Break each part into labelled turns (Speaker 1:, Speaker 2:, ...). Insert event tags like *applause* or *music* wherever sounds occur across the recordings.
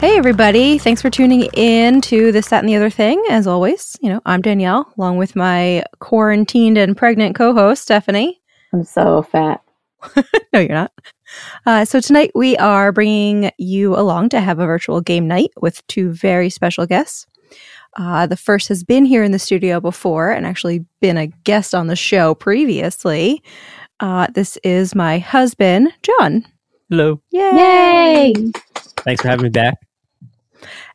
Speaker 1: Hey, everybody. Thanks for tuning in to This, That, and the Other Thing. As always, you know, I'm Danielle, along with my quarantined and pregnant co host, Stephanie.
Speaker 2: I'm so fat.
Speaker 1: No, you're not. Uh, so, tonight we are bringing you along to have a virtual game night with two very special guests. Uh, the first has been here in the studio before and actually been a guest on the show previously. Uh, this is my husband, John.
Speaker 3: Hello.
Speaker 2: Yay!
Speaker 3: Thanks for having me back.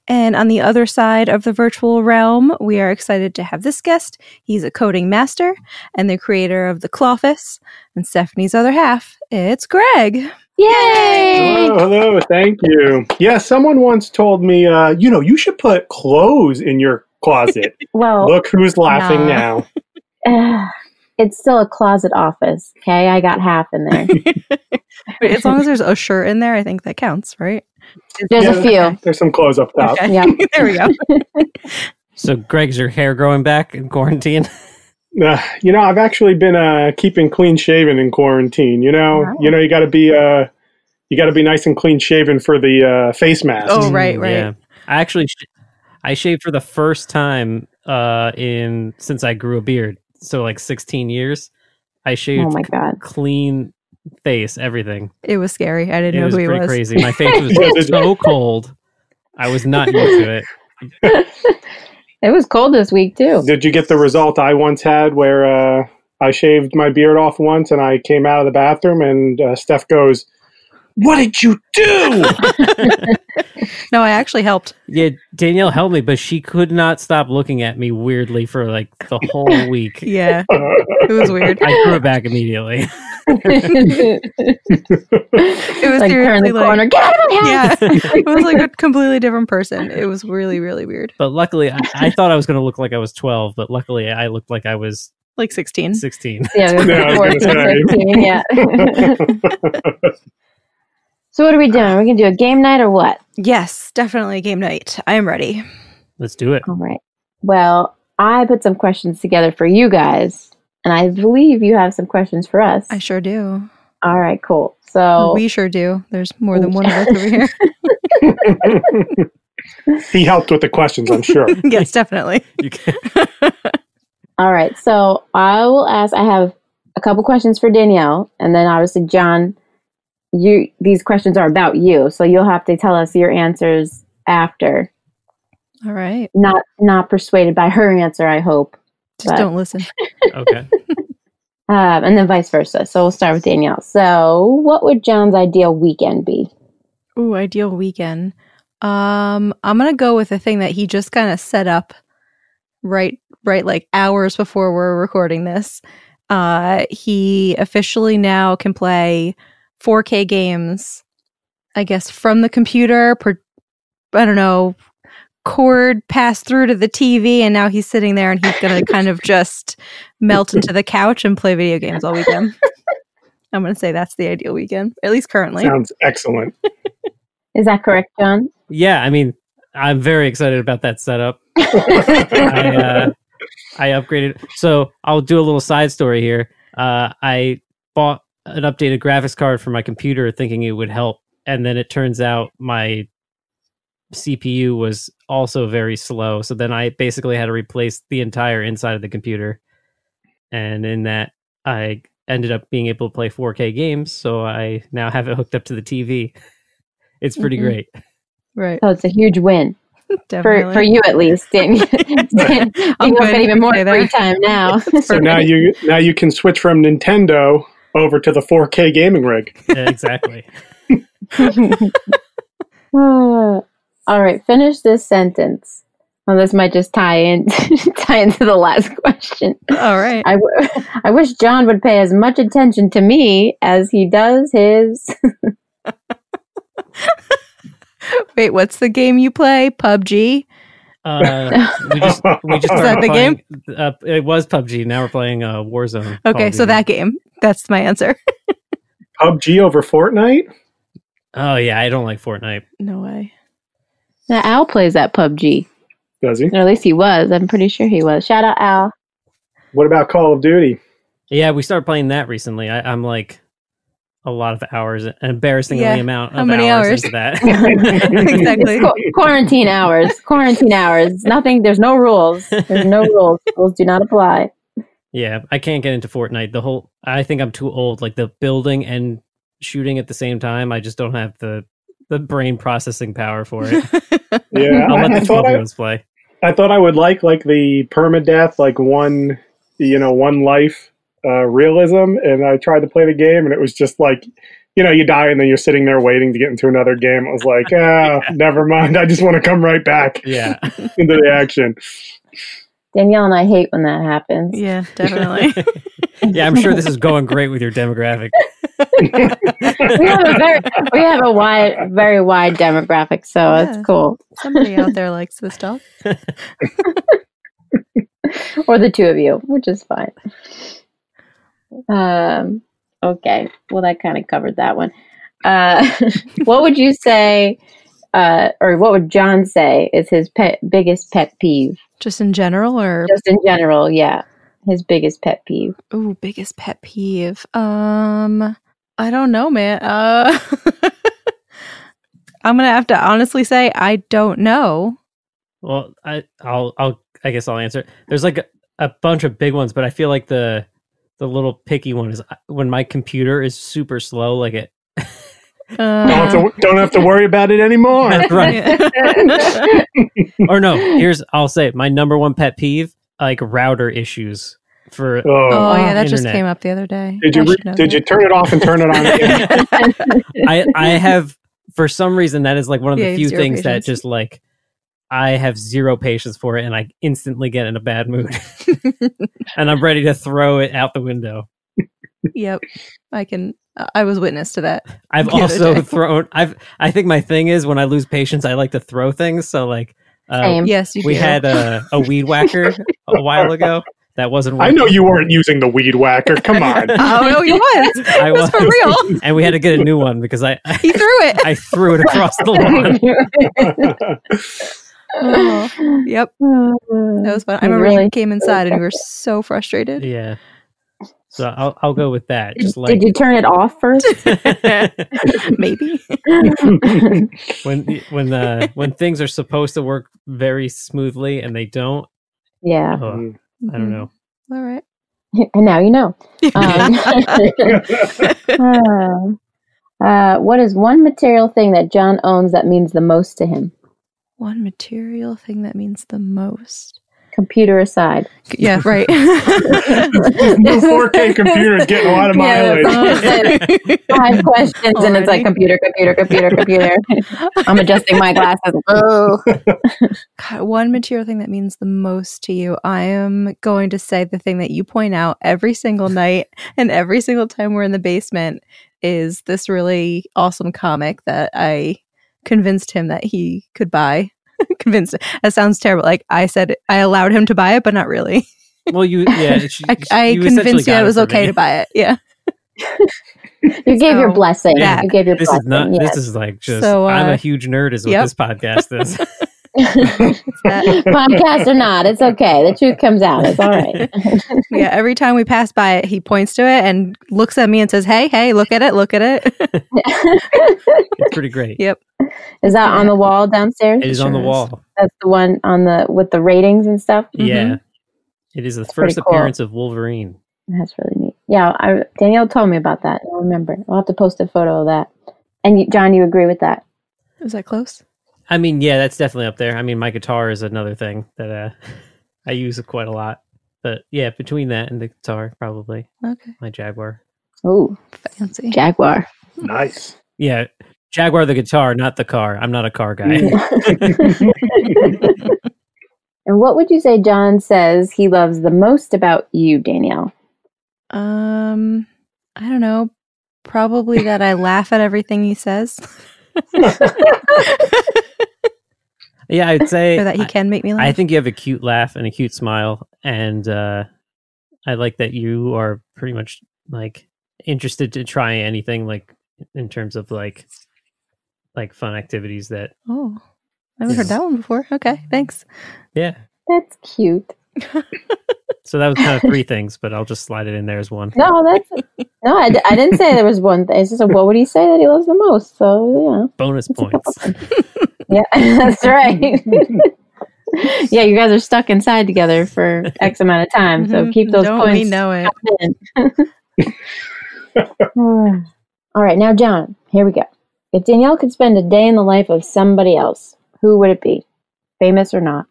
Speaker 1: And on the other side of the virtual realm, we are excited to have this guest. He's a coding master and the creator of The Clawfus and Stephanie's other half. It's Greg.
Speaker 3: *laughs*
Speaker 2: Yay!
Speaker 4: Hello, hello, thank you. Yeah, someone once told me, uh, you know, you should put clothes in your
Speaker 1: *laughs*
Speaker 4: closet.
Speaker 2: Well,
Speaker 4: Look who's laughing
Speaker 1: Oh, Nah.
Speaker 4: now.
Speaker 2: eh, *sighs* it's still a closet office. Okay, I got half in *laughs* there.
Speaker 1: Wait, as long as there's a shirt in there, I think that counts, right?
Speaker 2: There's
Speaker 4: Yeah.
Speaker 2: a few.
Speaker 4: There's some clothes up top.
Speaker 1: Okay.
Speaker 2: *laughs* Yeah.
Speaker 1: there we go.
Speaker 3: So, Greg's your hair growing back in quarantine?
Speaker 4: Uh, you know, I've actually been uh, keeping clean shaven in quarantine. You know,
Speaker 1: Wow.
Speaker 4: you know, you got to be, uh, you got to be nice and clean shaven for the uh, face mask.
Speaker 1: *laughs* Oh, right,
Speaker 3: Mm,
Speaker 1: right.
Speaker 3: I actually, sh- I shaved for the first time uh in since I grew a beard. So, like 16 years, I shaved
Speaker 2: Oh my god.
Speaker 3: clean face, everything.
Speaker 1: It was scary. I didn't
Speaker 3: It
Speaker 1: know
Speaker 3: was
Speaker 1: who he
Speaker 3: pretty
Speaker 1: was.
Speaker 3: crazy. My face
Speaker 1: *laughs*
Speaker 3: was so cold. I was not used to it.
Speaker 2: It was cold this week too.
Speaker 4: Did you get the result I once had where uh, I shaved my beard off once and I came out of the bathroom and uh, Steph goes, "What did you do?"
Speaker 1: No, I actually helped.
Speaker 3: Yeah, Danielle helped me, but she could not stop looking at me weirdly for like the whole week.
Speaker 1: *laughs* Yeah, it
Speaker 3: *laughs*
Speaker 1: was
Speaker 2: *laughs*
Speaker 1: weird.
Speaker 3: I grew it back immediately.
Speaker 2: it was like turn
Speaker 1: seriously
Speaker 2: the
Speaker 1: like-
Speaker 2: corner. Get out of my house!
Speaker 1: Yeah,
Speaker 2: *laughs*
Speaker 1: it was like a completely different person. It was really, really weird.
Speaker 3: But luckily, I, I thought I was going to look like I was 12, but luckily, I looked like I was
Speaker 1: Like 16.
Speaker 3: 16.
Speaker 2: Yeah, it was
Speaker 4: Yeah, I was gonna
Speaker 2: 14,
Speaker 4: say.
Speaker 2: 15, yeah. *laughs* so what are we doing? We're gonna do a game night or what?
Speaker 1: Yes, definitely game night. I am ready.
Speaker 3: *laughs* Let's do it.
Speaker 2: All right. Well, I put some questions together for you guys, and I believe you have some questions for us.
Speaker 1: I sure do.
Speaker 2: All right, cool. So
Speaker 1: We sure do. There's more
Speaker 2: Oh.
Speaker 1: than one of us
Speaker 2: *laughs*
Speaker 1: over here.
Speaker 4: he helped with the questions, I'm sure.
Speaker 1: *laughs* yes, definitely.
Speaker 3: You can.
Speaker 2: All right. So I will ask. I have a couple questions for Danielle, and then obviously John. You these questions are about you, so you'll have to tell us your answers after.
Speaker 1: All right.
Speaker 2: Not not persuaded by her answer, I hope,
Speaker 1: Just
Speaker 2: But-
Speaker 1: don't listen.
Speaker 3: Okay.
Speaker 2: um, and then vice versa. So we'll start with Danielle. So what would John's ideal weekend be?
Speaker 1: Ooh, ideal weekend. Um, I'm gonna go with a thing that he just kind of set up right right like hours before we're recording this. Uh he officially now can play 4K games, I guess, from the computer, per, I don't know, cord passed through to the TV, and now he's sitting there and he's gonna kind of just melt into the couch and play video games all
Speaker 2: *laughs*
Speaker 1: weekend. I'm gonna say that's the ideal weekend, at least currently.
Speaker 4: Sounds excellent.
Speaker 2: Is that correct, John?
Speaker 3: Yeah, I mean, I'm very excited about that setup. I, uh, I upgraded. So I'll do a little side story here. Uh, I bought an updated graphics card for my computer thinking it would help. And then it turns out my CPU was also very slow. So then I basically had to replace the entire inside of the computer. And in that, I ended up being able to play 4K games. So I now have it hooked up to the TV. It's pretty
Speaker 2: Mhm.
Speaker 3: great. *laughs*
Speaker 1: Right.
Speaker 2: So it's a huge win for,
Speaker 1: Definitely.
Speaker 2: for you at least. *laughs* Danielle. Dan,
Speaker 1: I'm
Speaker 2: you have
Speaker 1: good.
Speaker 2: even more
Speaker 1: Stay
Speaker 2: free
Speaker 1: there.
Speaker 2: time
Speaker 1: *laughs*
Speaker 2: now.
Speaker 4: So now you now you can switch from Nintendo over to the 4K gaming rig.
Speaker 3: Yeah, exactly.
Speaker 2: *laughs* Uh, all right, finish this sentence. Well, this might just tie in *laughs* tie into the last question.
Speaker 1: *laughs* All right.
Speaker 2: I, w- *laughs* I wish John would pay as much attention to me as he does his. *laughs*
Speaker 1: Wait, what's the game you play? PUBG? *laughs*
Speaker 3: Uh, we just we
Speaker 4: *laughs*
Speaker 3: just
Speaker 4: Is
Speaker 3: started
Speaker 1: that the
Speaker 3: playing- Uh, it was PUBG. Now we're playing uh, Warzone. Call
Speaker 1: Okay,
Speaker 3: of
Speaker 1: so
Speaker 3: Duty.
Speaker 1: that game. That's my answer. *laughs*
Speaker 4: PUBG over Fortnite?
Speaker 3: Oh yeah, I don't like Fortnite.
Speaker 1: No way.
Speaker 2: Now Al plays that PUBG,
Speaker 4: Does he?
Speaker 2: or at least he was. I'm pretty sure he was. Shout out Al. *laughs*
Speaker 4: What about Call of Duty?
Speaker 3: Yeah, we started playing that recently. I, I'm like a lot of hours, an embarrassingly
Speaker 1: Yeah,
Speaker 3: amount of
Speaker 1: how many hours?
Speaker 3: into that.
Speaker 1: *laughs*
Speaker 4: *laughs*
Speaker 3: *laughs*
Speaker 1: Exactly.
Speaker 2: Qu- quarantine hours. Quarantine hours. Nothing. There's no rules. There's no rules. Rules do not apply.
Speaker 3: Yeah, I can't get into Fortnite. The whole I think I'm too old. Like the building and shooting at the same time, I just don't have the the brain processing power for
Speaker 1: *laughs*
Speaker 3: it.
Speaker 4: *laughs* Yeah,
Speaker 3: I'll let
Speaker 4: I, I
Speaker 3: the
Speaker 4: thought
Speaker 3: twelve year
Speaker 4: I,
Speaker 3: olds play.
Speaker 4: I thought I would like like the permadeath, like one, you know, one life uh, realism. And I tried to play the game, and it was just like, you know, you die, and then you're sitting there waiting to get into another game. It was like, ah, never mind. I just want to come right
Speaker 3: *laughs*
Speaker 4: back
Speaker 3: Yeah,
Speaker 4: into the action.
Speaker 2: Danielle and I hate when that happens.
Speaker 1: yeah, definitely.
Speaker 3: *laughs* yeah. I'm sure this is going great with your demographic.
Speaker 2: we have a very we have a wide very wide demographic, so
Speaker 1: Yeah.
Speaker 2: it's cool.
Speaker 1: Somebody out there likes this stuff.
Speaker 2: Or the two of you, which is fine. Um okay. Well that kind of covered that one. Uh *laughs* what would you say uh or what would John say is his pet biggest pet peeve?
Speaker 1: Just in general or
Speaker 2: Just in general, yeah. His biggest pet
Speaker 1: *laughs*
Speaker 2: peeve. *laughs*
Speaker 1: ooh, biggest pet peeve. Um I don't know, man. Uh *laughs* I'm gonna have to honestly say I don't know.
Speaker 3: Well, I, I'll, I'll, I guess I'll answer. There's like a, a bunch of big ones, but I feel like the, the little picky one is uh, when my computer is super slow. Like
Speaker 1: *laughs*
Speaker 3: it,
Speaker 4: Don't have
Speaker 1: Uh,
Speaker 4: to, don't have to worry about it
Speaker 3: *laughs*
Speaker 4: anymore.
Speaker 3: That's
Speaker 1: *laughs*
Speaker 3: right? or no? Here's I'll say my number one pet peeve: like router issues for *laughs*
Speaker 1: oh
Speaker 4: Oh.
Speaker 1: yeah, that just
Speaker 3: Internet.
Speaker 1: came up the other day.
Speaker 4: Did you
Speaker 1: I
Speaker 4: re-
Speaker 1: should know
Speaker 4: did you
Speaker 1: that.
Speaker 4: turn it off and turn it on?
Speaker 3: *laughs*
Speaker 4: Again?
Speaker 3: I I have for some reason that is like one of
Speaker 1: Yeah,
Speaker 3: the
Speaker 1: you
Speaker 3: few
Speaker 1: have zero
Speaker 3: things that
Speaker 1: patience.
Speaker 3: just like I have zero patience for it, and I instantly get in a bad
Speaker 1: *laughs*
Speaker 3: mood, *laughs* and I'm ready to throw it out the window.
Speaker 1: Yep. I can I was witness to that.
Speaker 3: I've
Speaker 1: The other
Speaker 3: also *laughs*
Speaker 1: day.
Speaker 3: thrown. I've. I think my thing is when I lose patience, I like to throw things. So like, uh,
Speaker 2: Same.
Speaker 1: Yes, you
Speaker 3: we
Speaker 1: do.
Speaker 3: had a, a weed whacker a while ago that wasn't.
Speaker 4: I know you weren't using the weed whacker. Come on. *laughs*
Speaker 1: Oh no, you was. *laughs*
Speaker 3: I
Speaker 1: It was for real.
Speaker 3: and we had to get a new one because I I,
Speaker 1: He threw it.
Speaker 3: I threw it across
Speaker 1: *laughs*
Speaker 3: the lawn. Um,
Speaker 1: Oh, *laughs* yep.
Speaker 2: *laughs*
Speaker 1: That was fun. I
Speaker 2: It
Speaker 1: remember
Speaker 2: really-
Speaker 1: you came inside and you were so frustrated. *laughs*
Speaker 3: Yeah. So I'll I'll go with that.
Speaker 2: Did,
Speaker 3: Just like
Speaker 2: did you turn it off first?
Speaker 1: *laughs* Maybe.
Speaker 3: *laughs* when when uh when things are supposed to work very smoothly and they don't.
Speaker 2: *laughs* yeah.
Speaker 3: oh, I
Speaker 1: Mm-hmm.
Speaker 3: don't know.
Speaker 1: All right.
Speaker 2: And now
Speaker 1: *laughs*
Speaker 2: you know. Um, *laughs*
Speaker 4: Mm.
Speaker 2: uh, what is one material thing that John owns that means the most to him?
Speaker 1: One material thing that means the most.
Speaker 4: *laughs*
Speaker 2: Computer aside.
Speaker 1: Yeah, *laughs*
Speaker 2: *laughs*
Speaker 1: right.
Speaker 2: Um,
Speaker 4: the 4K computer is getting a lot of
Speaker 2: Yeah,
Speaker 4: mileage.
Speaker 2: Five questions and
Speaker 1: Already?
Speaker 2: it's like computer, computer, computer, computer. I'm adjusting my
Speaker 1: *laughs*
Speaker 2: glasses. Oh,
Speaker 1: God, one material thing that means the most to you. I am going to say the thing that you point out
Speaker 3: *laughs*
Speaker 1: every single night and every single time we're in the basement is this really awesome comic that I convinced him that he could buy. *laughs* convinced. That sounds terrible. Like I said, I allowed him to buy it, but not really.
Speaker 3: Well, you yeah. She,
Speaker 1: I, I
Speaker 3: you essentially
Speaker 1: convinced you
Speaker 3: got
Speaker 1: that it was
Speaker 3: for
Speaker 1: okay
Speaker 3: me.
Speaker 1: to buy it.
Speaker 3: *laughs*
Speaker 1: Yeah.
Speaker 2: you gave your
Speaker 1: So,
Speaker 2: blessing.
Speaker 1: that-
Speaker 2: You gave your
Speaker 3: This is not.
Speaker 2: blessing. yes. *laughs*
Speaker 3: This is like just.
Speaker 1: So,
Speaker 3: I'm
Speaker 1: uh,
Speaker 3: a huge nerd. Is what
Speaker 1: yep.
Speaker 3: this podcast
Speaker 1: *laughs*
Speaker 3: is.
Speaker 1: that-
Speaker 2: Podcast or not, it's okay. The truth comes out. It's
Speaker 1: *laughs*
Speaker 2: all right. *laughs*
Speaker 1: yeah. Every time we pass by it, he points to it and looks at me and says, Hey, hey, look at it, look at it. *laughs*
Speaker 3: it's pretty great.
Speaker 1: Yeah,
Speaker 2: is that on the wall downstairs?
Speaker 3: it is on the
Speaker 1: sure is.
Speaker 3: wall.
Speaker 2: That's the one on the with the ratings and stuff.
Speaker 1: Mm-hmm.
Speaker 3: Yeah. It is the
Speaker 2: pretty
Speaker 3: first
Speaker 2: cool.
Speaker 3: appearance of Wolverine.
Speaker 2: That's really neat. Yeah, I, Danielle told me about that. I remember. I'll have to post a photo of that. And you, John, you agree with that?
Speaker 1: Is that close?
Speaker 3: I mean, yeah, that's definitely up there. I mean, my guitar is another thing that uh, *laughs* I use quite a lot. But yeah, between that and the guitar, probably
Speaker 1: Okay.
Speaker 3: my Jaguar.
Speaker 2: Ooh,
Speaker 1: Fancy.
Speaker 2: *laughs* Jaguar.
Speaker 4: Nice.
Speaker 3: Yeah, Jaguar the guitar, not the car. I'm not a car guy.
Speaker 2: and what would you say John says he loves the most about you, Danielle?
Speaker 1: Um, I don't know. Probably *laughs* that I laugh at everything he says.
Speaker 3: Yeah, I'd say
Speaker 1: *laughs* so that he
Speaker 3: I-
Speaker 1: can make me laugh.
Speaker 3: I think you have a cute laugh and a cute smile, and uh, I like that you are pretty much like interested to try anything like in terms of like like fun activities that
Speaker 1: oh, I haven't heard
Speaker 3: Yeah.
Speaker 1: that one before. Okay, thanks.
Speaker 3: yeah.
Speaker 2: That's cute.
Speaker 3: So that was kind of three things, but I'll just slide it in there as one.
Speaker 2: No, that's no. I, d- I didn't say there was one thing. It's just what would he say that he loves the most? So
Speaker 3: Bonus points.
Speaker 2: yeah, *laughs* yeah,
Speaker 1: *laughs*
Speaker 2: that's right. yeah, you guys are stuck inside together for X amount of time, so keep those
Speaker 1: Mm-hmm. Don't
Speaker 2: points.
Speaker 1: we know it? *laughs*
Speaker 2: *sighs* All right, now John, here we go. If Danielle could spend a day in the life of somebody else, who would it be? Famous or not?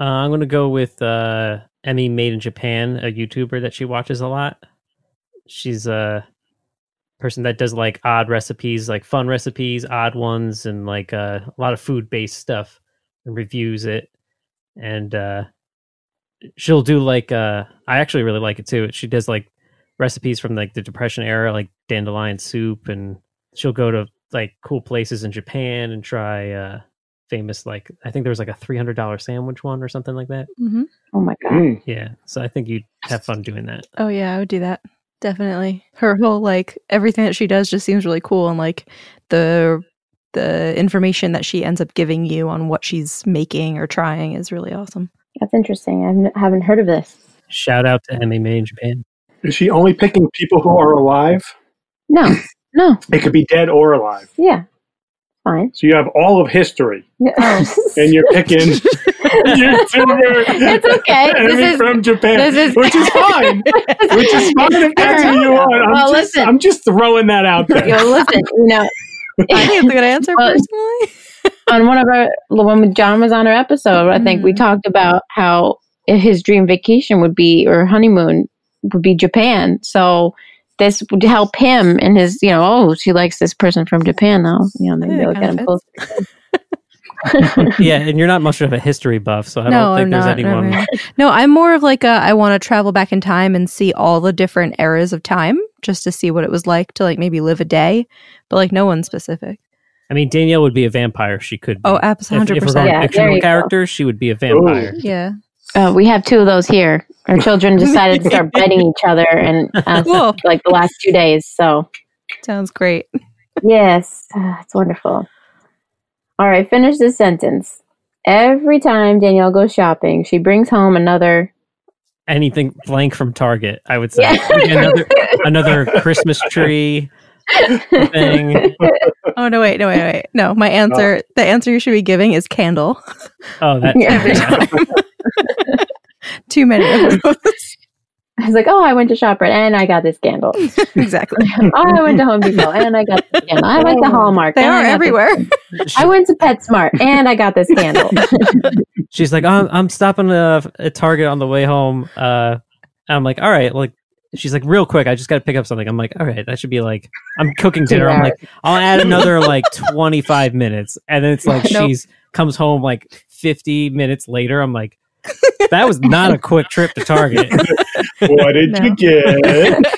Speaker 3: Uh, I'm gonna go with uh, Emmy Made in Japan, a YouTuber that she watches a lot. She's a person that does like odd recipes, like fun recipes, odd ones, and like uh, a lot of food based stuff, and reviews it. And uh, she'll do like uh, I actually really like it too. She does like recipes from like the Depression era, like dandelion soup, and she'll go to like cool places in Japan and try. Uh, famous like I think there was like a three hundred dollar sandwich one or something like that.
Speaker 1: hmm
Speaker 2: Oh my god.
Speaker 4: Mm.
Speaker 3: Yeah, so I think you'd have fun doing that.
Speaker 1: Oh yeah, I would do that definitely. Her whole like everything that she does just seems really cool, and like the the information that she ends up giving you on what she's making or trying is really
Speaker 2: *laughs*
Speaker 1: awesome.
Speaker 2: That's interesting. I haven't- haven't heard of this.
Speaker 3: Shout out to MMA in Japan.
Speaker 4: Is she only picking people who are alive?
Speaker 2: No, no.
Speaker 4: It could be dead or alive.
Speaker 2: Yeah. Fine.
Speaker 4: So you have all of history, and
Speaker 1: Oh.
Speaker 2: *laughs* it's
Speaker 4: you're picking YouTuber. *laughs*
Speaker 2: okay.
Speaker 4: Emmy
Speaker 2: This is
Speaker 4: from Japan,
Speaker 2: this is-
Speaker 4: which is
Speaker 2: *laughs*
Speaker 4: fine. which is fine if that's who you want. I'm,
Speaker 2: Well,
Speaker 4: just,
Speaker 2: listen.
Speaker 4: I'm just throwing that out there.
Speaker 2: *laughs* Yo, listen, you know, *laughs*
Speaker 1: I think it's a good answer
Speaker 2: Well,
Speaker 1: personally.
Speaker 2: on one of our when John was on our episode, I think we
Speaker 1: Mhm.
Speaker 2: talked about how his dream vacation would be or honeymoon would be Japan. So this would help him in his, you know, oh, she likes this person from Japan now. You know, maybe
Speaker 1: Yeah,
Speaker 2: they'll
Speaker 1: kind of
Speaker 2: get him
Speaker 1: fits.
Speaker 2: close.
Speaker 3: yeah, and you're not much of a history buff, so I don't think there's anyone.
Speaker 1: no,
Speaker 3: *laughs*
Speaker 1: no, I'm more of like a I want to travel back in time and see all the different eras of time just to see what it was like to like maybe live a day, but like no one specific.
Speaker 3: I mean, Danielle would be a vampire. She could. Be.
Speaker 1: Oh, absolutely,
Speaker 3: if, if
Speaker 1: hundred
Speaker 3: we're going
Speaker 1: percent.
Speaker 2: Yeah, there
Speaker 3: fictional
Speaker 2: you go.
Speaker 3: characters, she would be a vampire.
Speaker 1: Yeah,
Speaker 2: Uh, we have two of those here. Our children decided to start *laughs* biting each other and *laughs* uh,
Speaker 1: cool.
Speaker 2: like the last two days. So
Speaker 1: Sounds great.
Speaker 2: Yes, Ah, it's wonderful. All right, finish this sentence. Every time Danielle goes shopping, she brings home another. *laughs*
Speaker 3: Anything blank from Target, I would say.
Speaker 2: Yeah.
Speaker 3: another another Christmas tree thing.
Speaker 1: Oh no, wait, no, wait, wait. No, my answer.
Speaker 4: Oh.
Speaker 1: The answer you should be giving is candle. *laughs*
Speaker 3: Oh, that
Speaker 2: Every
Speaker 3: yeah.
Speaker 1: Too many of those.
Speaker 2: I was like, oh, I went to ShopRite and I got this
Speaker 1: *laughs*
Speaker 2: candle. oh,
Speaker 1: *laughs*
Speaker 4: *laughs*
Speaker 1: exactly.
Speaker 2: I went to Home Depot and I got this candle. I went to Hallmark.
Speaker 1: Oh, They
Speaker 2: and
Speaker 1: are
Speaker 2: I got this-
Speaker 1: everywhere.
Speaker 2: I went to PetSmart and I got this
Speaker 1: *laughs*
Speaker 2: candle.
Speaker 3: she's like, I'm, I'm stopping a, a Target on the way home. Uh, and I'm like, all right, like, she's like, real quick, I just got to pick up something. I'm like, all right, that should be like, I'm cooking
Speaker 2: Two
Speaker 3: dinner. I'm like, I'll add another like 25 minutes. And then it's like,
Speaker 1: Nope.
Speaker 3: she's comes home like 50 minutes later. I'm like, that was not a quick trip to Target.
Speaker 4: What did
Speaker 1: No.
Speaker 4: you get?
Speaker 2: *laughs*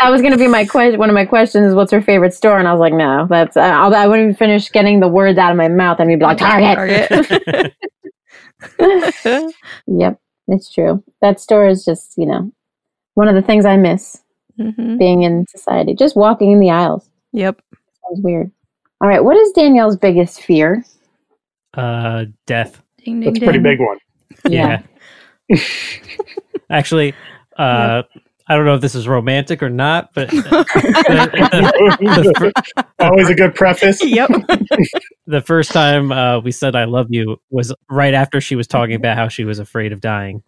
Speaker 2: That was going to be my question. One of my questions is, what's her favorite store? And I was like, no, that's I, I wouldn't even finish getting the words out of my mouth. and we'd be like, Target.
Speaker 3: *laughs*
Speaker 2: Yep, it's true. That store is just, you know, one of the things I miss.
Speaker 1: hmm
Speaker 2: being in society, just walking in the aisles.
Speaker 1: Yep.
Speaker 2: Sounds weird. All right, what is Danielle's biggest fear?
Speaker 3: Uh, death.
Speaker 1: Ding, ding,
Speaker 4: That's a pretty big
Speaker 1: ding.
Speaker 4: one.
Speaker 3: Yeah. Actually, uh, I don't know if this is romantic or not, but the, the, the,
Speaker 4: Always a good preface.
Speaker 1: *laughs*
Speaker 4: *laughs*
Speaker 1: Yep.
Speaker 3: the first time uh, we said "I love you" was right after she was talking about how she was afraid of dying.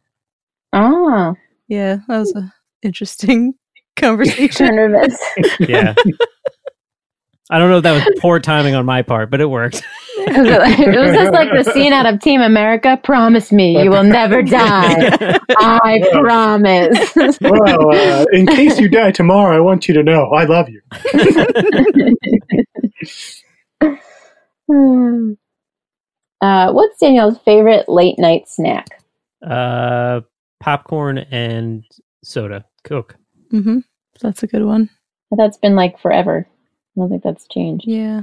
Speaker 2: Ah,
Speaker 1: Yeah, that was an interesting *laughs* conversation.
Speaker 2: you're nervous. *laughs*
Speaker 3: Yeah, I don't know if that was poor timing on my part, but it worked.
Speaker 2: it was like- it was just like the scene out of Team America. Promise me you will never die. I promise.
Speaker 4: Well, uh, in case you die tomorrow, I want you to know I love you.
Speaker 2: *laughs*
Speaker 4: *laughs*
Speaker 2: Hmm. uh, what's Danielle's favorite late night snack?
Speaker 3: *laughs* uh, popcorn and soda, Coke.
Speaker 1: hmm That's a good one.
Speaker 2: That's been like forever. I don't think that's changed.
Speaker 1: Yeah.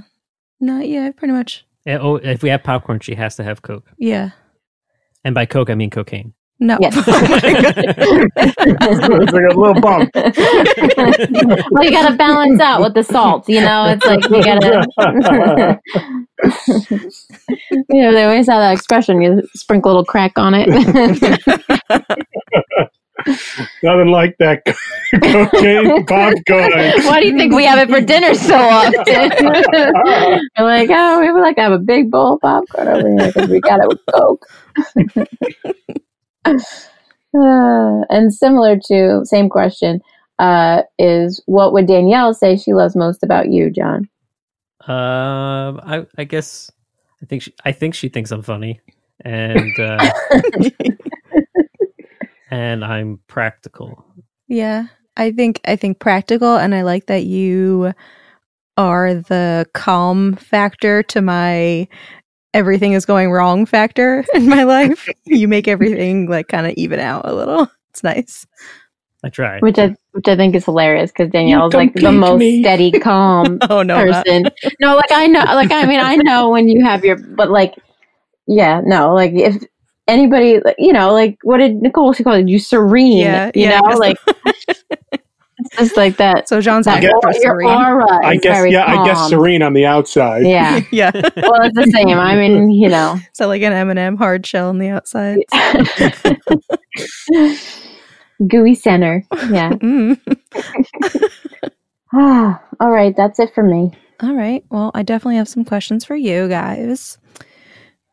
Speaker 1: No, yeah, pretty much.
Speaker 3: Eh, Oh, if we have popcorn, she has to have Coke.
Speaker 1: Yeah.
Speaker 3: And by Coke, I mean cocaine.
Speaker 1: No.
Speaker 2: Yes.
Speaker 3: *laughs*
Speaker 4: it's like a little bump.
Speaker 2: well, you gotta balance out with the salt. You know, it's like you gotta. *laughs* you know, they always have that expression. You sprinkle a little crack on it. *laughs*
Speaker 4: Nothing like that *laughs*
Speaker 2: *laughs*
Speaker 4: cocaine popcorn.
Speaker 2: Why do you think we have it for dinner so often? *laughs* We're like, oh, we would like to have a big bowl of popcorn over here because we got it with Coke. *laughs* Uh, and similar to same question uh, is what would Danielle say she loves most about you, John?
Speaker 3: Um, I I guess I think she, I think she thinks I'm funny, and uh, and I'm practical.
Speaker 1: *laughs* Yeah. I think I think practical and I like that you are the calm factor to my everything is going wrong factor *laughs* in my life. you make everything like kind of even out a little. *laughs* It's nice.
Speaker 3: I try.
Speaker 2: Which I which I think is hilarious because Danielle's like the
Speaker 4: compete
Speaker 2: most
Speaker 4: me. *laughs*
Speaker 2: steady, calm
Speaker 1: Oh no. I'm not.
Speaker 2: person. No, like I know, like I mean, I know when you have your, but like, yeah, no, like if anybody, like, you know, like what did Nicole she called it? You serene,
Speaker 1: Yeah,
Speaker 2: you
Speaker 1: yeah.
Speaker 2: know, like *laughs* it's just like that.
Speaker 1: So John's
Speaker 2: that
Speaker 1: like
Speaker 4: guess-
Speaker 2: aura- your aura.
Speaker 4: I
Speaker 2: is
Speaker 4: guess
Speaker 2: very
Speaker 4: yeah, I guess
Speaker 2: calm.
Speaker 4: serene on the outside.
Speaker 2: Yeah,
Speaker 1: *laughs* Yeah. *laughs*
Speaker 2: well, it's the same. I mean,
Speaker 4: *laughs*
Speaker 2: you know, *laughs*
Speaker 1: So like an M&M hard shell on the outside.
Speaker 2: gooey center. Yeah. *sighs*
Speaker 1: Mm.
Speaker 2: Ah, all right, that's it for me.
Speaker 1: All right. Well, I definitely have some questions for you guys.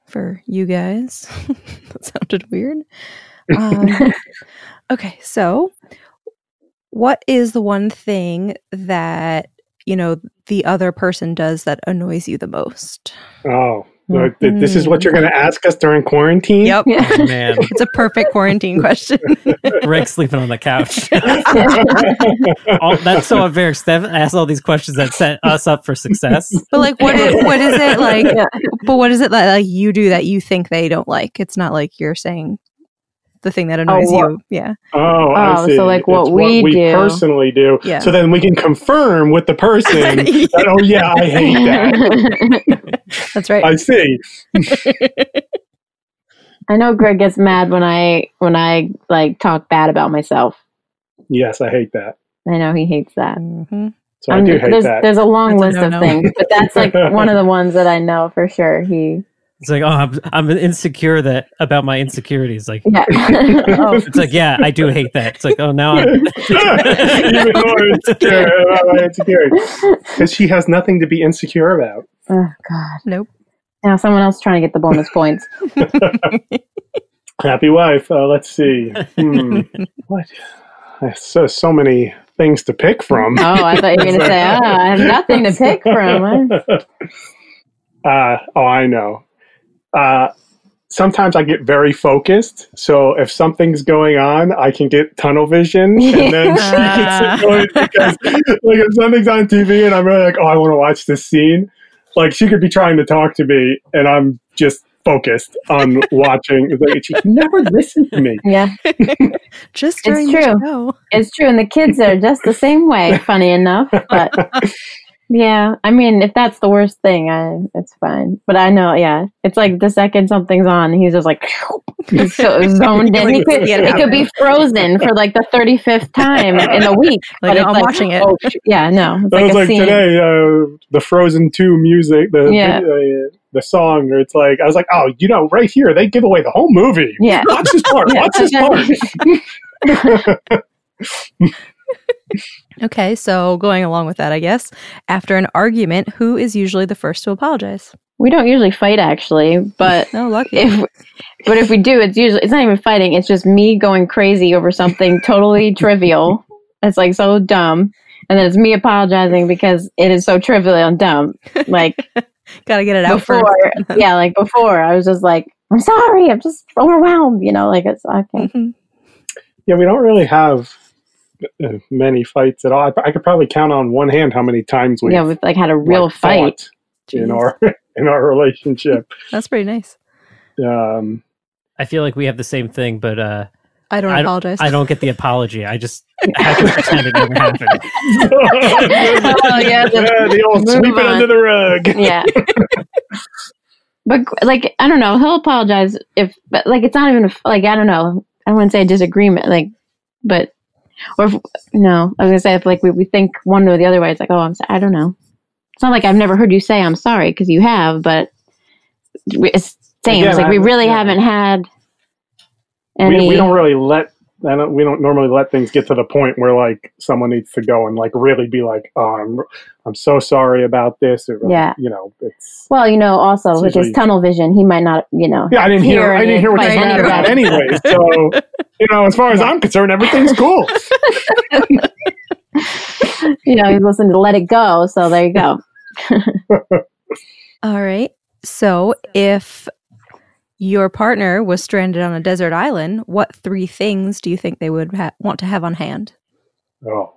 Speaker 1: For you guys. *laughs* that sounded weird. Um, okay. So, what is the one thing that, you know, the other person does that annoys you the most?
Speaker 4: Oh, so
Speaker 2: Mm-hmm.
Speaker 4: th- this is what you're going to ask us during quarantine. *laughs*
Speaker 2: *laughs*
Speaker 1: Yep.
Speaker 2: Yeah.
Speaker 3: Oh, man,
Speaker 1: It's a perfect quarantine question.
Speaker 3: Greg's sleeping on the *laughs* couch.
Speaker 1: *laughs*
Speaker 4: Oh,
Speaker 3: all, that's so unfair. Steph asked all these questions that set us up for success.
Speaker 1: But like what is, what is it like
Speaker 2: Yeah.
Speaker 1: but what is it that like you do that you think they don't like? It's not like you're saying the thing that annoys
Speaker 2: what-
Speaker 1: you. Yeah.
Speaker 4: Oh, I
Speaker 2: Oh, so
Speaker 4: see.
Speaker 2: like what
Speaker 4: It's
Speaker 2: we do.
Speaker 4: personally do.
Speaker 1: Yeah. *laughs*
Speaker 4: So *laughs* then we can confirm with the
Speaker 2: *laughs*
Speaker 4: person. that, oh yeah, I hate that.
Speaker 1: That's right.
Speaker 4: I see.
Speaker 2: I know Greg gets mad when I when I like talk bad about myself.
Speaker 4: Yes, I hate that.
Speaker 2: I know he hates that.
Speaker 1: Mhm.
Speaker 4: So i
Speaker 2: I'm-
Speaker 4: do hate
Speaker 2: there's,
Speaker 4: that.
Speaker 2: there's a long
Speaker 1: That's
Speaker 2: list
Speaker 1: a
Speaker 2: of
Speaker 1: no-no.
Speaker 2: things, but that's like one of the ones that I know for sure. He,
Speaker 3: It's like, oh, I'm, I'm insecure that about my insecurities. Like,
Speaker 4: *laughs*
Speaker 2: yeah,
Speaker 1: Oh,
Speaker 3: it's like, yeah, I do hate that. It's like, oh, now
Speaker 4: *laughs*
Speaker 3: I'm
Speaker 4: Even more
Speaker 2: *laughs*
Speaker 4: insecure about my insecurity. Because she has nothing to be insecure about.
Speaker 2: oh god.
Speaker 1: Nope.
Speaker 2: Now someone else trying to get the
Speaker 1: *laughs*
Speaker 2: bonus points.
Speaker 4: Happy wife. Uh, let's see.
Speaker 2: *laughs*
Speaker 4: Hmm. what? There's So, so many things to pick
Speaker 2: *laughs*
Speaker 4: from.
Speaker 2: Oh, I thought you were going to say, oh, I have nothing to
Speaker 1: *laughs*
Speaker 2: pick from.
Speaker 4: *laughs* Uh, oh, I know. Uh, sometimes I get very focused. So if something's going on, I can get tunnel vision, and
Speaker 2: *laughs*
Speaker 4: then *laughs* she gets annoyed
Speaker 2: Ah.
Speaker 4: because, like, if something's on TV and I'm really like, oh, I want to watch this scene. Like, she could be trying to talk to me, and I'm just focused
Speaker 2: *laughs*
Speaker 4: on watching. It's Like, she can never listen to me.
Speaker 2: Yeah,
Speaker 1: Just
Speaker 2: It's
Speaker 1: during
Speaker 2: true.
Speaker 1: the show.
Speaker 2: it's true. And the kids are just the same
Speaker 4: *laughs*
Speaker 2: way, funny enough. But yeah, I mean, if that's the worst thing, I, it's fine. But I know, yeah, it's like the second something's on, he's just like,
Speaker 4: *laughs*
Speaker 2: he's so zoned in. He could, it could be frozen for like the 35th time in a
Speaker 4: *laughs*
Speaker 2: week.
Speaker 1: Like,
Speaker 2: but it's
Speaker 1: I'm
Speaker 2: like,
Speaker 1: watching it.
Speaker 2: Oh, sh- yeah, no. It's
Speaker 4: I
Speaker 2: like
Speaker 4: was
Speaker 2: a
Speaker 4: like
Speaker 2: scene.
Speaker 4: today, uh, the Frozen Two music, the
Speaker 2: Yeah.
Speaker 4: the, uh, the song, or it's like I was like, oh, you know, right here they give away the whole movie.
Speaker 2: Yeah.
Speaker 4: *laughs* watch this part.
Speaker 2: Yeah.
Speaker 4: Watch
Speaker 2: *laughs*
Speaker 4: this part.
Speaker 1: Okay, so going along with that, I guess, after an argument, who is usually the first to apologize?
Speaker 2: We don't usually fight actually, but
Speaker 1: No, lucky.
Speaker 2: if but if we do, it's usually it's not even fighting. It's just me going crazy over something totally trivial. It's like so dumb, and then it's me apologizing because it is so trivial and dumb.
Speaker 1: *laughs*
Speaker 2: Like
Speaker 1: Got to get it out
Speaker 2: before, yeah, like before, I was just like, "I'm sorry, I'm just overwhelmed," you know, like it's okay.
Speaker 1: first. Mhm.
Speaker 4: Yeah, we don't really have uh, many fights at all. I, I could probably count on one hand how many times we
Speaker 2: yeah, we've like had a
Speaker 4: *laughs*
Speaker 2: real fight. *laughs*
Speaker 4: in
Speaker 1: Jeez.
Speaker 4: our in our relationship.
Speaker 1: That's pretty nice.
Speaker 2: *laughs*
Speaker 4: Um, *laughs*
Speaker 3: I feel like we have the same thing, but uh,
Speaker 1: I don't
Speaker 3: I don't-
Speaker 1: apologize.
Speaker 3: I don't get the apology. I just have to pretend it never happened.
Speaker 2: yeah, Oh,
Speaker 4: yeah, the old
Speaker 2: move
Speaker 4: sweep it
Speaker 2: on.
Speaker 4: under the rug.
Speaker 2: Yeah. *laughs* but like I don't know, he'll apologize if, but like it's not even a- like I don't know. I wouldn't say a disagreement, like, but or if, no, I was gonna say if like we, we think one or the other way, it's like oh I'm so- I don't know. It's not like I've never heard you say I'm sorry because you have, but we- it's same.
Speaker 4: Again,
Speaker 2: it's like we
Speaker 4: I-
Speaker 2: really
Speaker 4: yeah.
Speaker 2: haven't had any.
Speaker 4: We, we don't really let I don't, we don't normally let things get to the point where like someone needs to go and like really be like, oh, I'm I'm so sorry about this. Or,
Speaker 2: Yeah.
Speaker 4: you know, it's
Speaker 2: well, you know, also
Speaker 4: It's
Speaker 2: with his
Speaker 4: usually-
Speaker 2: tunnel vision, he might not, you know.
Speaker 4: yeah. I didn't hear I didn't hear what you're
Speaker 2: Fight
Speaker 4: talking
Speaker 1: out
Speaker 4: about
Speaker 2: about it. *laughs*
Speaker 4: anyway. So you know, as far as I'm concerned, everything's cool.
Speaker 2: *laughs* You know, he's listening to Let It Go, so there you go.
Speaker 1: All right. So if your partner was stranded on a desert island, what three things do you think they would ha- want to have on hand?
Speaker 4: Oh,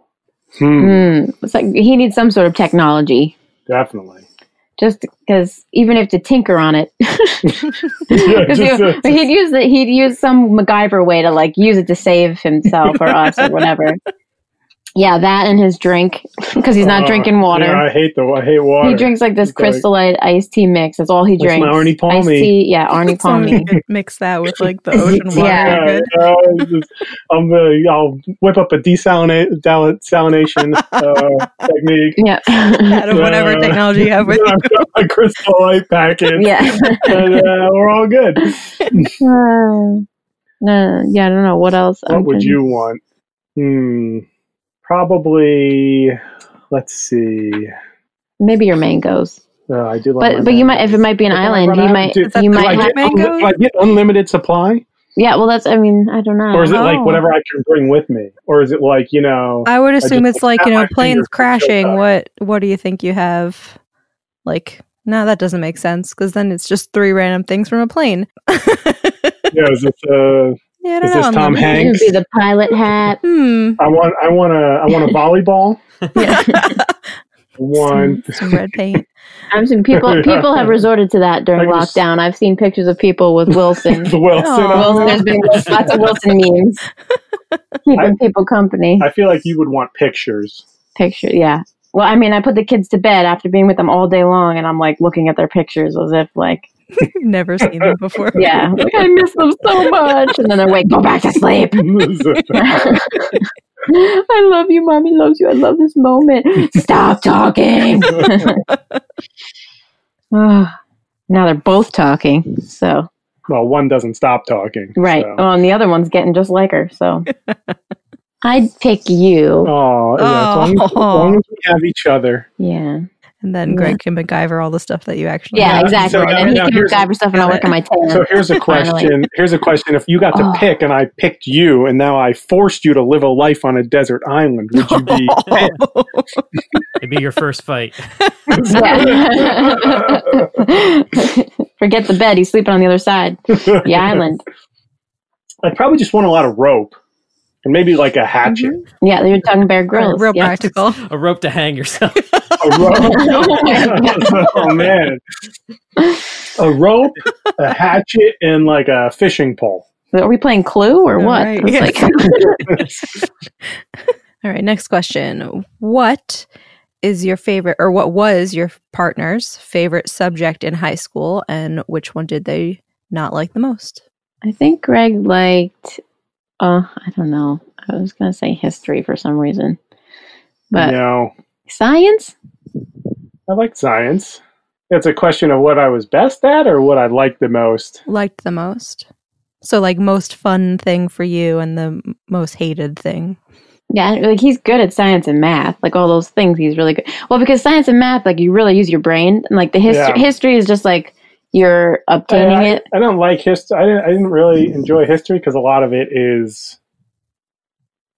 Speaker 4: hmm,
Speaker 2: Mm. It's like he needs some sort of technology.
Speaker 4: definitely. *laughs*
Speaker 2: just because even if to tinker on it, *laughs* 'Cause
Speaker 4: just, uh,
Speaker 2: he, would use the, he'd use some MacGyver way to like use it to save himself or us
Speaker 4: *laughs*
Speaker 2: or whatever. Yeah, that and his drink because he's not
Speaker 4: uh,
Speaker 2: drinking water.
Speaker 4: yeah, I hate the I hate water.
Speaker 2: he drinks like this
Speaker 4: He's like-
Speaker 2: crystallite iced tea mix. That's all he
Speaker 4: That's
Speaker 2: drinks.
Speaker 4: my Arnie Palmy.
Speaker 2: Iced tea, yeah, Arnie Palmy.
Speaker 1: *laughs* Mix that with like
Speaker 4: *laughs*
Speaker 1: the
Speaker 2: ocean water. Yeah.
Speaker 4: Yeah, yeah, it's just- I'm the, I'll whip up a desalinate, desalination
Speaker 2: *laughs*
Speaker 4: uh, technique.
Speaker 2: yeah,
Speaker 1: Out of whatever
Speaker 4: Uh,
Speaker 1: technology you have
Speaker 3: *laughs*
Speaker 1: with you.
Speaker 4: I've got my crystal light package.
Speaker 2: yeah.
Speaker 4: *laughs*
Speaker 2: *laughs*
Speaker 4: And, uh, we're all good.
Speaker 2: Uh, no, yeah, I don't know what else.
Speaker 4: What
Speaker 2: I'm
Speaker 4: would
Speaker 2: trying-
Speaker 4: you want? Hmm. Probably. Let's see.
Speaker 2: Maybe your mangoes,
Speaker 4: Uh, I do like.
Speaker 2: but but you might if it might be an
Speaker 4: But then I
Speaker 2: island,
Speaker 4: run
Speaker 2: you
Speaker 4: out
Speaker 2: might
Speaker 4: to-
Speaker 1: Is that
Speaker 2: you
Speaker 1: the
Speaker 4: Do
Speaker 2: might
Speaker 4: I,
Speaker 1: black
Speaker 2: have,
Speaker 4: get
Speaker 1: mangoes?
Speaker 4: unli- do I get unlimited supply,
Speaker 2: yeah. Well, that's I mean I don't know.
Speaker 4: or is it like
Speaker 1: Oh.
Speaker 4: whatever I can bring with me, or is it like you
Speaker 1: *laughs*
Speaker 4: know?
Speaker 1: I would
Speaker 4: just
Speaker 1: assume it's like,
Speaker 4: tap
Speaker 1: you know,
Speaker 4: my
Speaker 1: planes
Speaker 4: fingers to
Speaker 1: crashing.
Speaker 4: showtime.
Speaker 1: What what do you think you have? Like, no, that doesn't make sense because then it's just three random things from a plane. yeah,
Speaker 4: yeah, is this uh,
Speaker 1: I don't
Speaker 4: Is
Speaker 1: know.
Speaker 4: this
Speaker 1: I'm
Speaker 4: Tom
Speaker 1: like,
Speaker 4: Hanks?
Speaker 2: It would be the pilot hat.
Speaker 1: um, Hmm.
Speaker 4: I want I want a I
Speaker 2: *laughs*
Speaker 4: want a volleyball. *laughs* One.
Speaker 1: *laughs* Some, some red paint.
Speaker 2: I've seen people
Speaker 4: Yeah.
Speaker 2: people have resorted to that during
Speaker 4: I can just-
Speaker 2: lockdown. I've seen pictures of people with Wilson.
Speaker 4: *laughs* The *laughs* Wilson.
Speaker 1: Aw.
Speaker 2: Oh, Wilson there's been Wilson- lots of Wilson memes keeping
Speaker 4: I-
Speaker 2: people company.
Speaker 4: I feel like you would want pictures.
Speaker 2: *laughs*
Speaker 4: *laughs*
Speaker 2: Picture, yeah. Well, I mean, I put the kids to bed after being with them all day long, and I'm like looking at their pictures as if like,
Speaker 1: Never seen them before.
Speaker 2: yeah, like, I miss them so much, *laughs* and then they're like, go back to sleep. I love you, mommy loves you. I love this moment. Stop talking. Ah, now they're both talking. So
Speaker 4: well, one doesn't stop talking.
Speaker 2: right.
Speaker 4: so.
Speaker 2: Well, and the other one's getting just like her. So *laughs* I'd pick you.
Speaker 4: Oh, yeah, as, long as, as
Speaker 1: Aw.
Speaker 4: long as we have each other.
Speaker 2: Yeah.
Speaker 1: And then Greg can MacGyver all the stuff that you actually
Speaker 2: Yeah.
Speaker 4: Yeah,
Speaker 2: exactly.
Speaker 4: so
Speaker 2: and
Speaker 4: now-
Speaker 2: then he
Speaker 4: now
Speaker 2: can
Speaker 4: here's-
Speaker 2: MacGyver stuff, and I'll work on my
Speaker 4: *laughs*
Speaker 2: tan.
Speaker 4: So here's a question. here's a question. If you got to
Speaker 2: Oh.
Speaker 4: pick and I picked you and now I forced you to live a life on a desert island, would you
Speaker 2: *laughs*
Speaker 4: be
Speaker 3: It'd be your first fight.
Speaker 2: Yeah. *laughs* Forget the bed. He's sleeping on the other side,
Speaker 4: *laughs*
Speaker 2: the island.
Speaker 4: I'd probably just want a lot of rope. And maybe like a hatchet.
Speaker 2: Yeah, you're talking Bear
Speaker 1: *laughs*
Speaker 2: Grylls.
Speaker 1: real
Speaker 2: yeah.
Speaker 1: practical.
Speaker 3: A rope to hang yourself.
Speaker 4: A
Speaker 2: *laughs*
Speaker 4: rope. *laughs*
Speaker 2: Oh my God.
Speaker 4: oh man. A rope, a hatchet, and like a fishing pole.
Speaker 2: Are we playing Clue or
Speaker 1: All
Speaker 2: what?
Speaker 1: right.
Speaker 2: It's *laughs* like-
Speaker 1: All right, next question. What is your favorite or what was your partner's favorite subject in high school and which one did they not like the most?
Speaker 2: I think Greg liked. Oh, I don't know. I was gonna say history for some reason, but
Speaker 4: no.
Speaker 2: science.
Speaker 4: I like science. It's a question of what I was best at or what I liked the most.
Speaker 1: Liked the most? So like most fun thing for you and the m- most hated thing.
Speaker 2: Yeah, like he's good at science and math, like all those things. He's really good. Well, because science and math, like you really use your brain, and like the history,
Speaker 4: Yeah.
Speaker 2: history is just like you're obtaining
Speaker 4: I,
Speaker 2: it.
Speaker 4: I don't like history. I didn't, I didn't really enjoy history because a lot of it is,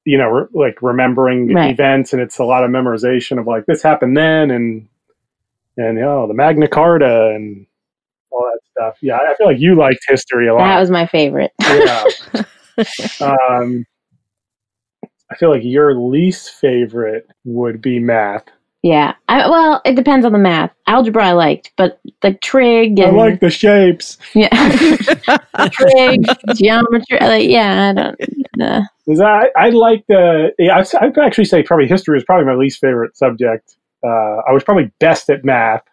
Speaker 4: you know, re- like remembering
Speaker 2: Right.
Speaker 4: events, and it's a lot of memorization of like this happened then, and and you know the Magna Carta and all that stuff. Yeah, I feel like you liked history a
Speaker 2: That
Speaker 4: lot.
Speaker 2: was my favorite.
Speaker 4: yeah. um, I feel like your least favorite would be math.
Speaker 2: *laughs* yeah. I, well, it depends on the math. Algebra I liked, but like trig
Speaker 4: I
Speaker 2: and
Speaker 4: like the shapes.
Speaker 2: *laughs*
Speaker 4: *laughs*
Speaker 2: yeah, trig, geometry. Like, yeah, I don't. uh, Nah.
Speaker 4: Is I I like the yeah, I'd, I'd actually say probably history is probably my least favorite subject. Uh, I was probably best at math,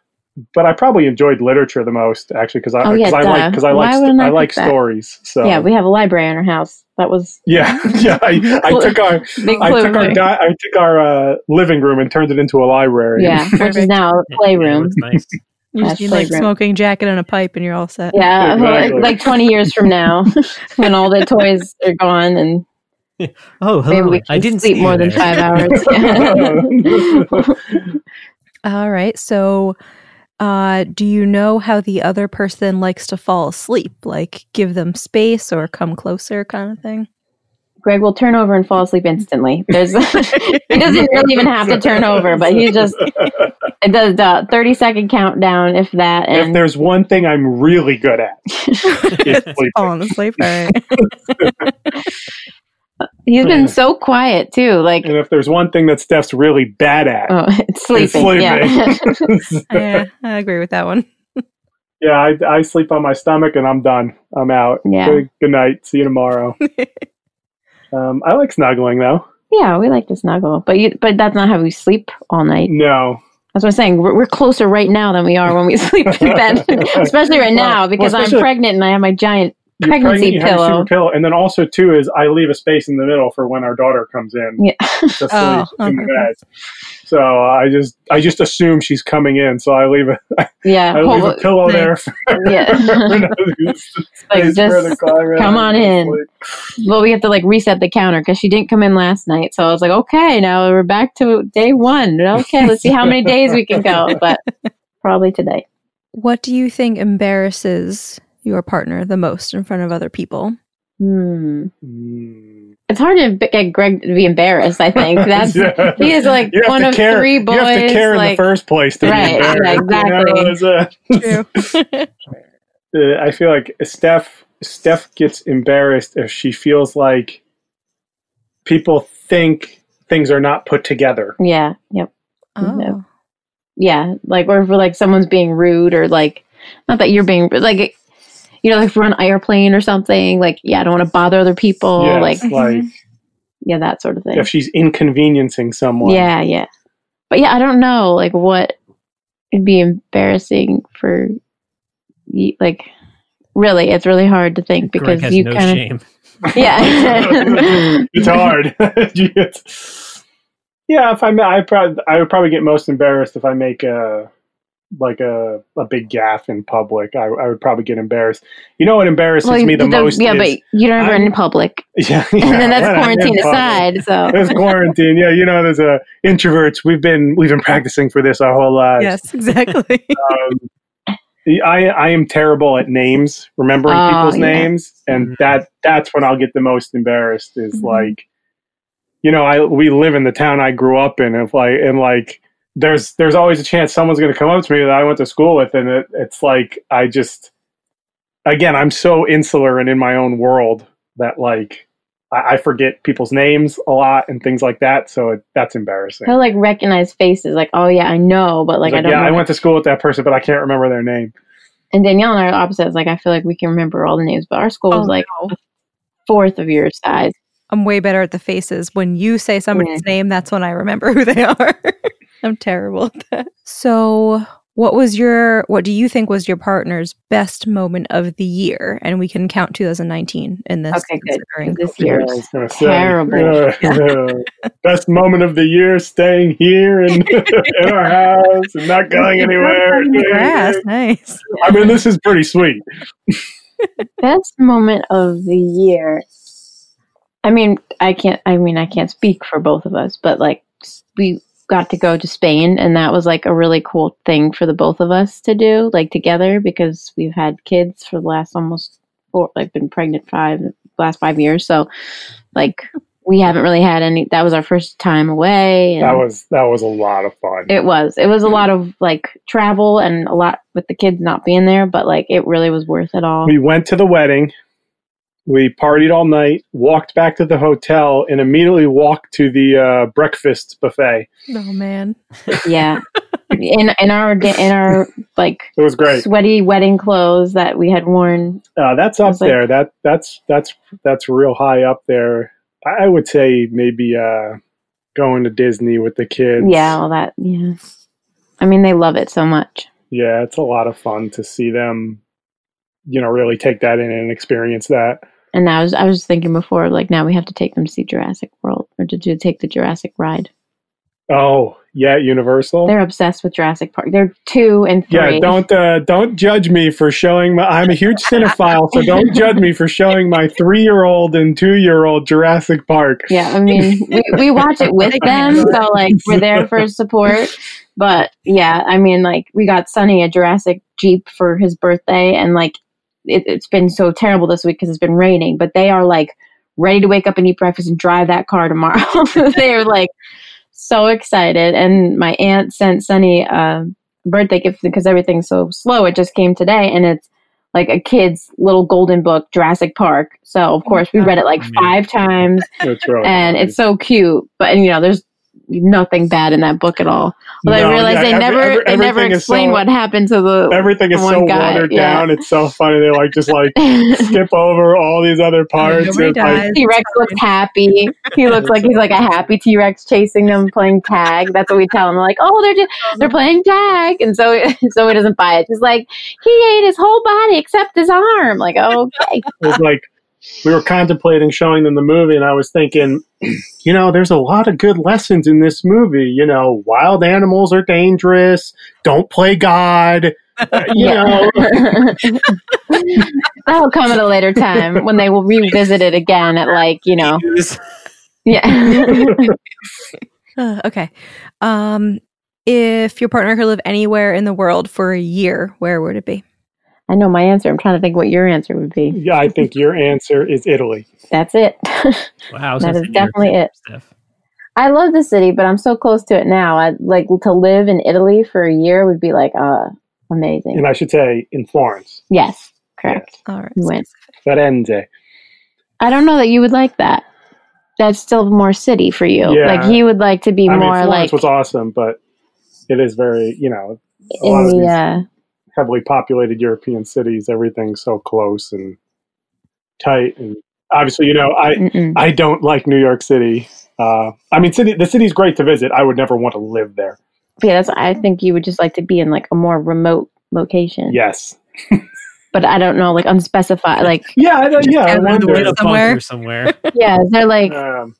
Speaker 4: but I probably enjoyed literature the most actually because I
Speaker 2: Oh, yeah,
Speaker 4: because I
Speaker 2: duh.
Speaker 4: like because I
Speaker 2: Why
Speaker 4: like st-
Speaker 2: wouldn't I
Speaker 4: I like
Speaker 2: pick that?
Speaker 4: stories. So
Speaker 2: Yeah, we have a library in our house. That was
Speaker 4: *laughs* yeah, yeah. I, I took our
Speaker 2: *laughs* big
Speaker 4: I
Speaker 2: clue
Speaker 4: took our
Speaker 2: thing.
Speaker 4: di- I took our uh, living room and turned it into a library.
Speaker 2: Yeah, which is
Speaker 1: Perfect.
Speaker 2: now a *laughs* playroom.
Speaker 3: Yeah, it looks nice.
Speaker 1: You just
Speaker 2: That's
Speaker 1: need like
Speaker 2: flagrant.
Speaker 1: smoking jacket and a pipe, and you're all set.
Speaker 2: Yeah, well, like-
Speaker 4: Exactly.
Speaker 2: like 20 years from now, *laughs* when all the toys are gone and
Speaker 3: Oh,
Speaker 2: maybe
Speaker 3: hello.
Speaker 2: we
Speaker 3: I
Speaker 2: can
Speaker 3: didn't
Speaker 2: sleep
Speaker 3: see you
Speaker 2: more than
Speaker 3: there.
Speaker 2: five *laughs* hours.
Speaker 1: All right. So, uh, do you know how the other person likes to fall asleep? Like, give them space or come closer, kind of thing.
Speaker 2: Greg will turn over and fall asleep instantly. There's, *laughs* he doesn't really even have to turn over, but he just it does the 30 second countdown, if that,
Speaker 4: if
Speaker 2: and
Speaker 4: there's one thing I'm really good
Speaker 2: *laughs*
Speaker 4: at, it's
Speaker 1: *laughs*
Speaker 4: sleeping.
Speaker 1: Falling asleep. All right.
Speaker 2: he's been so quiet too. Like,
Speaker 4: And if there's one thing that Steph's really bad at,
Speaker 2: oh, *laughs* it's
Speaker 4: it's
Speaker 2: sleeping. Yeah. *laughs*
Speaker 4: *laughs* sleeping.
Speaker 1: yeah, I agree with that one. *laughs*
Speaker 4: yeah, I, I sleep on my stomach and I'm done. I'm out.
Speaker 2: Yeah.
Speaker 4: Good, good night. See you tomorrow. um, I like snuggling though.
Speaker 2: yeah, we like to snuggle, but you, but that's not how we sleep all night.
Speaker 4: No,
Speaker 2: That's what I'm saying. We're, we're closer right now than we *laughs* are when we sleep in bed, especially
Speaker 4: *laughs*
Speaker 2: right
Speaker 4: Well,
Speaker 2: now
Speaker 4: well,
Speaker 2: because
Speaker 4: especially-
Speaker 2: I'm pregnant and I have my giant
Speaker 4: You're
Speaker 2: Pregnancy
Speaker 4: you have a
Speaker 2: pillow.
Speaker 4: super pillow, and then also too is I leave a space in the middle for when our daughter comes in.
Speaker 2: Yeah. *laughs*
Speaker 4: to
Speaker 1: Oh,
Speaker 4: sleep in
Speaker 1: okay.
Speaker 4: bed. So I just I just assume she's coming in, so I leave a
Speaker 2: yeah,
Speaker 4: I leave
Speaker 2: whole-
Speaker 4: a pillow there for *laughs*
Speaker 2: *laughs* yeah.
Speaker 4: another
Speaker 2: like
Speaker 4: space for her to
Speaker 2: just
Speaker 4: climb in
Speaker 2: come on
Speaker 4: and
Speaker 2: in.
Speaker 4: sleep.
Speaker 2: well, we have to like reset the counter because she didn't come in last night. So I was like, okay, now we're back to day one. Okay, let's see how many days we can go,
Speaker 4: *laughs*
Speaker 2: but probably today.
Speaker 1: What do you think embarrasses your partner the most in front of other
Speaker 2: *laughs*
Speaker 1: people?
Speaker 2: Hmm.
Speaker 4: Mm.
Speaker 2: It's hard to b- get Greg to be embarrassed. I
Speaker 4: *laughs*
Speaker 2: think that's
Speaker 4: Yeah.
Speaker 2: he is like
Speaker 4: You have
Speaker 2: one
Speaker 4: to
Speaker 2: of
Speaker 4: care-
Speaker 2: three boys.
Speaker 4: You have to care in
Speaker 2: like,
Speaker 4: the first place to
Speaker 2: Right,
Speaker 4: be
Speaker 2: yeah,
Speaker 4: embarrassed, you know?
Speaker 2: exactly.
Speaker 4: It's, uh, uh, I feel like Steph Steph gets embarrassed if she feels like people think things are not put together.
Speaker 2: yeah, yep,
Speaker 1: oh.
Speaker 2: yeah. Like or if like someone's being rude or like not that you're being but, like you know like if we're on an airplane or something. Like yeah, I don't want to bother other people.
Speaker 4: Yeah,
Speaker 2: Oh, Like mm-hmm.
Speaker 4: it's like
Speaker 2: yeah, that sort of thing.
Speaker 4: if she's inconveniencing someone.
Speaker 2: Yeah, yeah. But yeah, I don't know like what would be embarrassing for you like really it's really hard to think
Speaker 3: Greg
Speaker 2: because
Speaker 3: has
Speaker 2: you
Speaker 3: no
Speaker 2: kind *laughs*
Speaker 3: shame.
Speaker 2: of yeah
Speaker 4: *laughs* it's hard. It's- yeah, if I ma- I probably I would probably get most embarrassed if I make a like a, a big gaff in public. I, I would probably get embarrassed. You know what embarrasses
Speaker 2: Well,
Speaker 4: me the,
Speaker 2: the-
Speaker 4: most?
Speaker 2: yeah
Speaker 4: is,
Speaker 2: but you don't ever
Speaker 4: I'm-
Speaker 2: in public
Speaker 4: *laughs*
Speaker 2: *laughs*
Speaker 4: yeah,
Speaker 2: and
Speaker 4: yeah,
Speaker 2: then that's
Speaker 4: when I'm in
Speaker 2: quarantine
Speaker 4: public.
Speaker 2: aside so
Speaker 4: *laughs* It's quarantine. Yeah, you know, there's a introverts. We've been we've been practicing for this our whole lives.
Speaker 1: Oh, Yes, exactly.
Speaker 2: Oh,
Speaker 4: I I am terrible at names, remembering
Speaker 2: Oh,
Speaker 4: people's
Speaker 2: yeah.
Speaker 4: names, and
Speaker 3: Mhm.
Speaker 4: that that's when I'll get the most embarrassed. Is
Speaker 2: Mm-hmm.
Speaker 1: Mhm.
Speaker 4: like, you know, I we live in the town I grew up in, and like and like there's there's always a chance someone's going to come up to me that I went to school with, and it, it's like I just again I'm so insular and in my own world that like I, I forget people's names a lot and things like that, so it, that's embarrassing.
Speaker 2: he'll like recognize faces like oh yeah I know but like,
Speaker 4: It's
Speaker 2: I don't
Speaker 4: yeah,
Speaker 2: know
Speaker 4: I went to school with that person, but I can't remember their name.
Speaker 2: and Danielle and I are opposites like I feel like we can remember all the names but our
Speaker 1: *laughs*
Speaker 2: school
Speaker 1: Oh,
Speaker 2: was like
Speaker 1: no.
Speaker 2: fourth of your size
Speaker 1: I'm way better at the faces. When you say somebody's name, that's when I remember *laughs* who they are. I'm terrible at that. So, what was your, what do you think was your partner's best moment of the year? And we can count 2019 in this.
Speaker 2: Okay, good.
Speaker 1: considering-
Speaker 2: this year
Speaker 4: Yeah, I was gonna say.
Speaker 2: terrible.
Speaker 4: Uh, best moment of the year, staying here in, *laughs* in our house and not going anywhere.
Speaker 1: Cutting the grass. Nice.
Speaker 4: I mean, this is pretty sweet.
Speaker 2: best moment of the year i mean i can't i mean i can't speak for both of us but like we got to go to spain and that was like a really cool thing for the both of us to do like together because we've had kids for the last almost four like been pregnant five last five years so like we haven't really had any that was our first time away and
Speaker 4: That was that was a lot of fun.
Speaker 2: it was it was a lot of like travel and a lot with the kids not being there but like it really was worth it all
Speaker 4: we went to the wedding. We partied all night, walked back to the hotel, and immediately walked to the uh, breakfast buffet.
Speaker 1: Oh, man.
Speaker 2: *laughs* yeah in in our in our like
Speaker 4: It was great.
Speaker 2: sweaty wedding clothes that we had worn
Speaker 4: Uh, that's
Speaker 2: I
Speaker 4: up
Speaker 2: was like-
Speaker 4: there. That that's that's that's real high up there. I I would say maybe uh, going to Disney with the kids.
Speaker 2: yeah all that yeah i mean they love it so much
Speaker 4: yeah, it's a lot of fun to see them, you know, really take that in and experience that.
Speaker 2: And I was I was thinking before, like now we have to take them to see Jurassic World or to, do take the Jurassic ride.
Speaker 4: Oh yeah, Universal.
Speaker 2: They're obsessed with Jurassic Park. They're two and three.
Speaker 4: yeah, don't uh, don't judge me for showing my. I'm a huge cinephile, so
Speaker 2: *laughs*
Speaker 4: don't judge me for showing my three year old and two year old Jurassic Park.
Speaker 2: Yeah, I mean we, we watch it with them, so like we're there for support. But yeah, I mean like we got Sonny a Jurassic Jeep for his birthday, and like it, it's been so terrible this week because it's been raining. But they are like ready to wake up and eat breakfast and drive that car tomorrow. *laughs* they are like so excited. And my aunt sent Sunny a birthday gift because everything's so slow. It just came today, and it's like a kid's little golden book, Jurassic Park. So of course we read it like
Speaker 3: Yeah.
Speaker 2: five times,
Speaker 4: That's really
Speaker 2: and
Speaker 4: funny.
Speaker 2: it's so cute. But and, you know, there's nothing bad in that book at all. Although
Speaker 4: No,
Speaker 2: I realized
Speaker 4: yeah,
Speaker 2: they
Speaker 4: every-
Speaker 2: never
Speaker 4: every-
Speaker 2: they never
Speaker 4: everything is so-
Speaker 2: explain what happened to the. *laughs*
Speaker 4: everything is
Speaker 2: one
Speaker 4: so
Speaker 2: guy,
Speaker 4: watered
Speaker 2: yeah.
Speaker 4: down. It's so funny. They like just
Speaker 2: *laughs*
Speaker 4: like skip over all these other parts.
Speaker 1: Nobody
Speaker 4: It's like,
Speaker 1: dies.
Speaker 2: T Rex looks happy. He looks like he's like a happy T Rex chasing them, playing tag. That's what we tell him. We're like, oh, they're just they're playing tag, and so *laughs* so he doesn't buy it. He's like, he ate his whole body except his arm. Like, okay,
Speaker 4: it
Speaker 2: *laughs*
Speaker 4: was like we were contemplating showing them the movie, and I was thinking, *clears throat* you know, there's a lot of good lessons in this movie. You know, wild animals are dangerous. Don't play
Speaker 2: *laughs*
Speaker 4: God. Uh, *laughs* you know,
Speaker 2: that'll come at a later time when they will revisit it again at like you know,
Speaker 3: This-
Speaker 2: yeah. *laughs*
Speaker 1: Uh, okay. Um, if your partner could live anywhere in the world for a year, where would it be?
Speaker 2: I know my answer. I'm trying to think what your answer would be.
Speaker 4: *laughs* yeah, I think your answer is Italy.
Speaker 2: That's it. *laughs*
Speaker 3: wow, I was
Speaker 2: That
Speaker 3: gonna
Speaker 2: is
Speaker 3: say
Speaker 2: definitely
Speaker 3: Europe
Speaker 2: it.
Speaker 3: stuff.
Speaker 2: I love the city, but I'm so close to it now. I'd like to live in Italy for a year would be like uh amazing.
Speaker 4: And I should say, in Florence.
Speaker 2: Yes, correct.
Speaker 1: All right.
Speaker 2: You went.
Speaker 4: Firenze.
Speaker 2: I don't know that you would like that. That's still more city for you.
Speaker 4: Yeah.
Speaker 2: Like he would like to be
Speaker 4: I mean,
Speaker 2: more
Speaker 4: Florence
Speaker 2: like
Speaker 4: was awesome, but it is very, you know, a lot
Speaker 2: in
Speaker 4: of
Speaker 2: the
Speaker 4: these
Speaker 2: uh,
Speaker 4: heavily populated European cities. Everything's so close and tight. And obviously, you know, I,
Speaker 2: mm-mm.
Speaker 4: I don't like New York City. Uh, I mean, city. The city's great to visit. I would never want to live there.
Speaker 2: yeah. That's I think you would just like to be in like a more remote location.
Speaker 4: Yes.
Speaker 2: But I don't know, like unspecified. Like
Speaker 4: *laughs* Yeah. I, don't- yeah. I
Speaker 1: Just
Speaker 3: Find a
Speaker 1: wonder-
Speaker 3: way
Speaker 4: wonder.
Speaker 3: to bunker somewhere.
Speaker 2: yeah, is there like
Speaker 4: Um,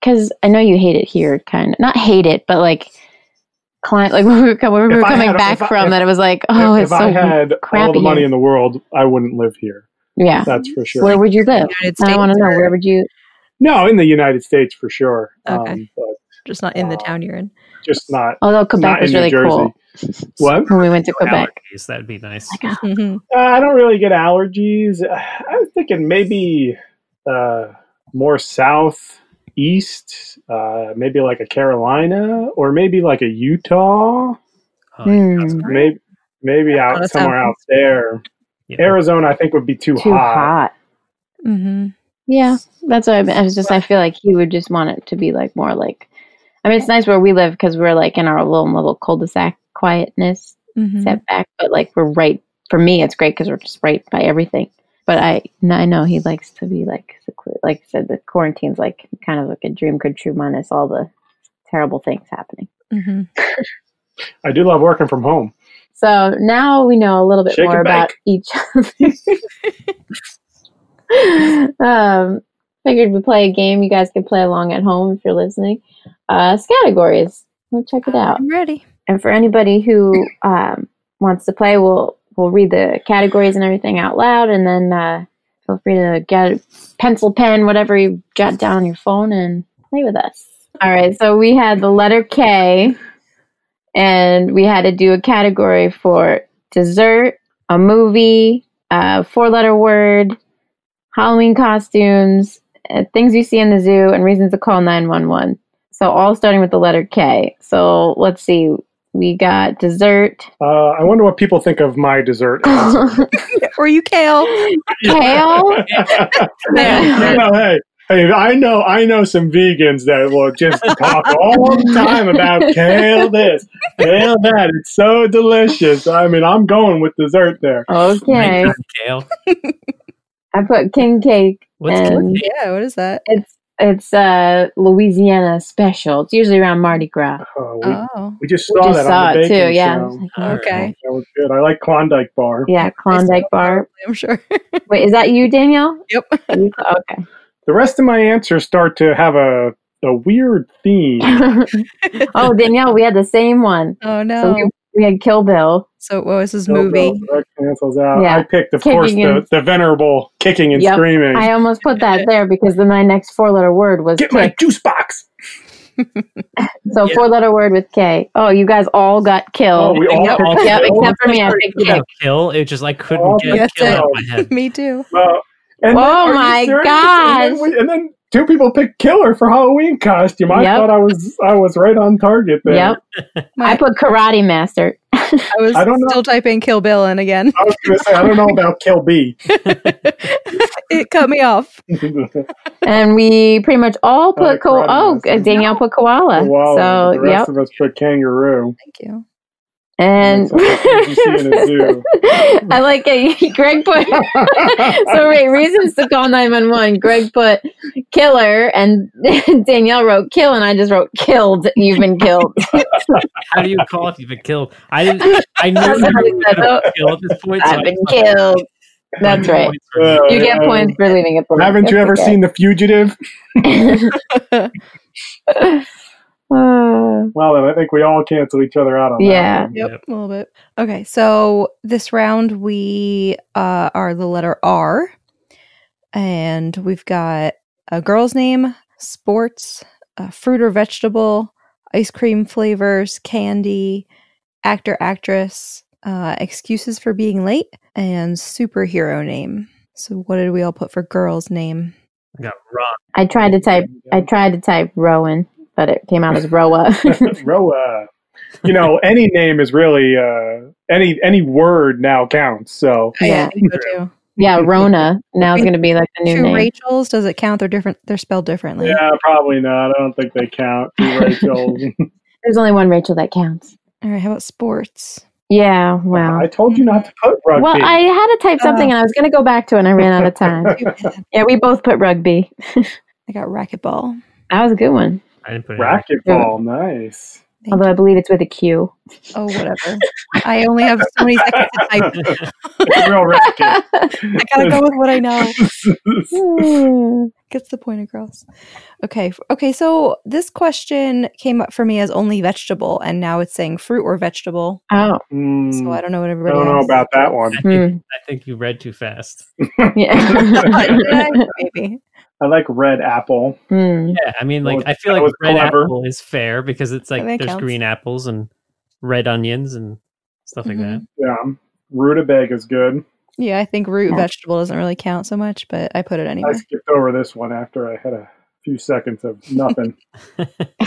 Speaker 2: because I know you hate it here, kind of not hate it, but like client like *laughs* when we were, co- when we
Speaker 4: If
Speaker 2: were
Speaker 4: I
Speaker 2: coming
Speaker 4: had-
Speaker 2: back
Speaker 4: if I-
Speaker 2: from
Speaker 4: if-
Speaker 2: that, it was like oh,
Speaker 4: if
Speaker 2: it's
Speaker 4: I
Speaker 2: so
Speaker 4: had all
Speaker 2: crappy
Speaker 4: the money
Speaker 2: here.
Speaker 4: in the world, I wouldn't live here.
Speaker 2: yeah.
Speaker 4: That's for sure.
Speaker 2: Where would you live?
Speaker 1: United States.
Speaker 2: I want to know
Speaker 1: or
Speaker 2: where would you?
Speaker 4: no, in the United States for sure.
Speaker 1: Okay.
Speaker 4: Um, but
Speaker 1: just not in the town you're in.
Speaker 4: just not.
Speaker 2: Although
Speaker 4: not
Speaker 2: oh, Quebec
Speaker 4: in
Speaker 2: was
Speaker 4: New
Speaker 2: really
Speaker 4: Jersey.
Speaker 2: cool
Speaker 4: What?
Speaker 2: when we went to Quebec.
Speaker 3: Allergies, that'd be nice.
Speaker 1: Mhm.
Speaker 4: Uh, I don't really get allergies. Uh, I was thinking maybe uh, more south east, uh, maybe like a Carolina or maybe like a Utah.
Speaker 3: Oh, yeah,
Speaker 2: Hmm.
Speaker 3: that's great.
Speaker 4: maybe maybe out
Speaker 1: Arizona
Speaker 4: somewhere
Speaker 1: sounds-
Speaker 4: out there.
Speaker 3: Yeah.
Speaker 4: Arizona, I think, would be too,
Speaker 2: Too
Speaker 4: hot.
Speaker 2: hot.
Speaker 1: Mhm.
Speaker 2: Yeah, that's what I, meant. I was just. I feel like he would just want it to be like more like. I mean, it's nice where we live because we're like in our little little cul-de-sac quietness
Speaker 1: Mhm.
Speaker 2: setback, but like we're right. For me, it's great because we're just right by everything. But I, no, I know he likes to be like secluded. Like I said, the quarantine's like kind of like a dream come true minus all the terrible things happening.
Speaker 1: Mhm.
Speaker 4: I do love working from home.
Speaker 2: So now we know a little bit
Speaker 4: Shake
Speaker 2: more
Speaker 4: and
Speaker 2: about each other. *laughs* um, figured we'd play a game. You guys could play along at home if you're listening. Uh, categories. We'll check it out.
Speaker 1: I'm ready.
Speaker 2: And for anybody who um, wants to play, we'll we'll read the categories and everything out loud, and then uh, feel free to get a pencil, pen, whatever you jot down on your phone, and play with us. All right. So we had the letter K, and we had to do a category for dessert, a movie, a four-letter word, Halloween costumes, uh, things you see in the zoo, and reasons to call nine one one. So all starting with the letter K. So let's see. We got dessert. *laughs*
Speaker 4: Uh, I wonder what people think of my dessert. *laughs* answer.
Speaker 3: *laughs*
Speaker 2: Kale.
Speaker 1: Or you kale.
Speaker 2: *laughs*
Speaker 4: You know, hey, hey, I know, I know some vegans that will
Speaker 2: *laughs*
Speaker 4: just talk all the time about kale this, kale that. It's so delicious. I mean, I'm going with dessert there.
Speaker 2: Okay.
Speaker 3: Nighttime kale.
Speaker 2: I put king cake
Speaker 3: What's king
Speaker 2: and
Speaker 3: cake?
Speaker 1: Yeah. What is that?
Speaker 2: it's It's a Louisiana special. It's usually around Mardi Gras.
Speaker 4: Oh, we,
Speaker 1: Oh,
Speaker 4: we just
Speaker 2: We
Speaker 4: saw
Speaker 2: just
Speaker 4: that
Speaker 2: saw
Speaker 4: on the
Speaker 2: it
Speaker 4: baking
Speaker 2: too. Yeah, I was
Speaker 4: show. Oh,
Speaker 2: like,
Speaker 3: All right.
Speaker 1: okay.
Speaker 4: That was good. I like Klondike Bar.
Speaker 2: yeah, Klondike Bar.
Speaker 1: I'm
Speaker 2: *laughs*
Speaker 1: sure.
Speaker 2: Wait, is that you, Danielle?
Speaker 1: Yep.
Speaker 2: You- okay.
Speaker 4: The rest of my answers start to have a a weird theme.
Speaker 2: *laughs* oh, Danielle, we had the same one.
Speaker 1: Oh
Speaker 2: So
Speaker 1: no.
Speaker 2: we, we had Kill Bill.
Speaker 1: So what was his
Speaker 4: No, no,
Speaker 1: movie?
Speaker 4: that cancels out.
Speaker 2: Yeah.
Speaker 4: I picked, of
Speaker 2: Kicking
Speaker 4: course, the,
Speaker 2: and-
Speaker 4: the venerable kicking and
Speaker 2: Yep.
Speaker 4: screaming.
Speaker 2: I almost put that there because then my next four letter word was
Speaker 4: Get
Speaker 2: K.
Speaker 4: my juice box.
Speaker 2: So
Speaker 3: Yeah.
Speaker 2: four letter word with K. Oh, you guys all got
Speaker 4: Oh,
Speaker 2: killed.
Speaker 4: we all
Speaker 1: Yeah,
Speaker 4: picked
Speaker 2: yeah,
Speaker 4: it.
Speaker 2: except for me, I
Speaker 3: Sorry,
Speaker 2: picked
Speaker 3: about
Speaker 2: kick.
Speaker 3: kill. It just I couldn't
Speaker 4: Oh,
Speaker 3: get
Speaker 1: that's
Speaker 3: kill
Speaker 1: it.
Speaker 3: out of my head.
Speaker 1: Me too.
Speaker 4: Well, and
Speaker 2: Oh
Speaker 4: are you
Speaker 2: my
Speaker 4: serious? And then,
Speaker 2: gosh.
Speaker 4: we- and then two people picked killer for Halloween costume. I
Speaker 2: Yep.
Speaker 4: thought I was I was right on target there.
Speaker 2: Yep.
Speaker 1: My-
Speaker 2: I put Karate Master.
Speaker 1: I was
Speaker 4: I don't know.
Speaker 1: still typing Kill Bill in
Speaker 2: *laughs*
Speaker 1: again.
Speaker 4: I was going to say I don't know about Kill *laughs* B.
Speaker 1: It cut me
Speaker 2: *laughs*
Speaker 1: off.
Speaker 2: And we pretty much all
Speaker 4: Oh,
Speaker 2: put ko-
Speaker 4: Karate
Speaker 2: oh,
Speaker 4: Master.
Speaker 2: Danielle put koala.
Speaker 4: wow, the
Speaker 2: Uh, so
Speaker 4: rest
Speaker 2: yep.
Speaker 4: of us put
Speaker 2: *laughs*
Speaker 4: kangaroo.
Speaker 1: Thank you.
Speaker 4: *laughs*
Speaker 2: And
Speaker 4: It's like you see in a zoo.
Speaker 2: *laughs* I like it. *laughs* Greg put
Speaker 4: *laughs*
Speaker 2: so wait, reasons to call nine one one. Greg put killer and *laughs* Danielle wrote kill and I just wrote killed. You've been
Speaker 4: *laughs*
Speaker 2: killed.
Speaker 3: How do you call if you've been killed? I
Speaker 2: *laughs*
Speaker 3: didn't. I knew
Speaker 2: That's
Speaker 3: you
Speaker 2: how
Speaker 3: were
Speaker 2: we said,
Speaker 3: gonna kill at this point. so I
Speaker 2: I've been
Speaker 3: just-
Speaker 2: killed. That's
Speaker 3: I
Speaker 2: right.
Speaker 3: knew you were-
Speaker 4: Uh,
Speaker 2: You get
Speaker 4: yeah.
Speaker 2: points for leaving it. blank.
Speaker 4: Haven't you ever
Speaker 2: That's
Speaker 4: seen The Fugitive?
Speaker 2: okay. *laughs* Uh,
Speaker 4: Well, then I think we all cancel each other out on
Speaker 2: Yeah.
Speaker 4: that.
Speaker 1: Yep,
Speaker 3: Yep.
Speaker 1: a little bit. Okay, so this round we uh, are the letter R, and we've got a girl's name, sports, uh, fruit or vegetable, ice cream flavors, candy, actor, actress, uh, excuses for being late, and superhero name. So, what did we all put for girl's name?
Speaker 3: I got Ron.
Speaker 2: I tried to type. I tried to type Rowan, but it came out as Roa. *laughs*
Speaker 4: *laughs* Roa. uh, You know, any name is really uh, any any word now counts. So
Speaker 2: Yeah.
Speaker 1: think so too.
Speaker 2: yeah, Rona now is going to be like the new
Speaker 1: Two
Speaker 2: name.
Speaker 1: Rachels. Does it count? They're different. They're spelled differently.
Speaker 4: yeah, probably not. I don't think they count. Rachel.
Speaker 1: *laughs*
Speaker 4: *laughs*
Speaker 2: There's only one Rachel that counts.
Speaker 1: All right. How about sports?
Speaker 2: Yeah. Well.
Speaker 4: I told you not to put rugby.
Speaker 2: Well, I had to type something, and I was going to go back to it, and I ran out
Speaker 4: *laughs*
Speaker 2: of time.
Speaker 1: Too
Speaker 2: *laughs*
Speaker 1: bad.
Speaker 2: Yeah, we both put rugby.
Speaker 1: I got racquetball.
Speaker 2: That was a good one.
Speaker 3: I didn't put it. in.
Speaker 4: Racquetball, nice.
Speaker 1: Thank
Speaker 2: Although I
Speaker 1: you.
Speaker 2: believe it's with a Q.
Speaker 1: Oh, whatever. *laughs* I only have so many seconds to type.
Speaker 4: It's a real
Speaker 1: *laughs*
Speaker 4: racket. *laughs*
Speaker 1: I gotta go with what I know.
Speaker 2: Hmm.
Speaker 1: Gets the point across. Okay. f- Okay. So this question came up for me as only vegetable, and now it's saying fruit or vegetable.
Speaker 4: *laughs*
Speaker 2: oh.
Speaker 4: Mm,
Speaker 1: So I don't know what
Speaker 4: I
Speaker 1: everybody
Speaker 4: don't know
Speaker 1: else- *laughs*
Speaker 4: about that one.
Speaker 3: I think,
Speaker 2: Hmm.
Speaker 3: I think you read too fast.
Speaker 2: Yeah. *laughs*
Speaker 4: *laughs*
Speaker 1: Maybe.
Speaker 4: I like red apple.
Speaker 2: Hmm.
Speaker 3: Yeah, I mean,
Speaker 4: That
Speaker 3: like
Speaker 4: was-
Speaker 3: I feel
Speaker 4: that
Speaker 3: like
Speaker 4: was
Speaker 3: red
Speaker 4: clever.
Speaker 3: apple is fair because it's like
Speaker 1: That
Speaker 3: there's
Speaker 1: counts.
Speaker 3: green apples and red onions and stuff like that.
Speaker 4: Yeah, rutabaga is good.
Speaker 1: Yeah, I think root
Speaker 2: Yeah.
Speaker 1: vegetable doesn't really count so much, but I put it
Speaker 4: I
Speaker 1: anyway.
Speaker 4: skipped over this one after I had a few seconds of
Speaker 1: *laughs*
Speaker 4: nothing.
Speaker 1: All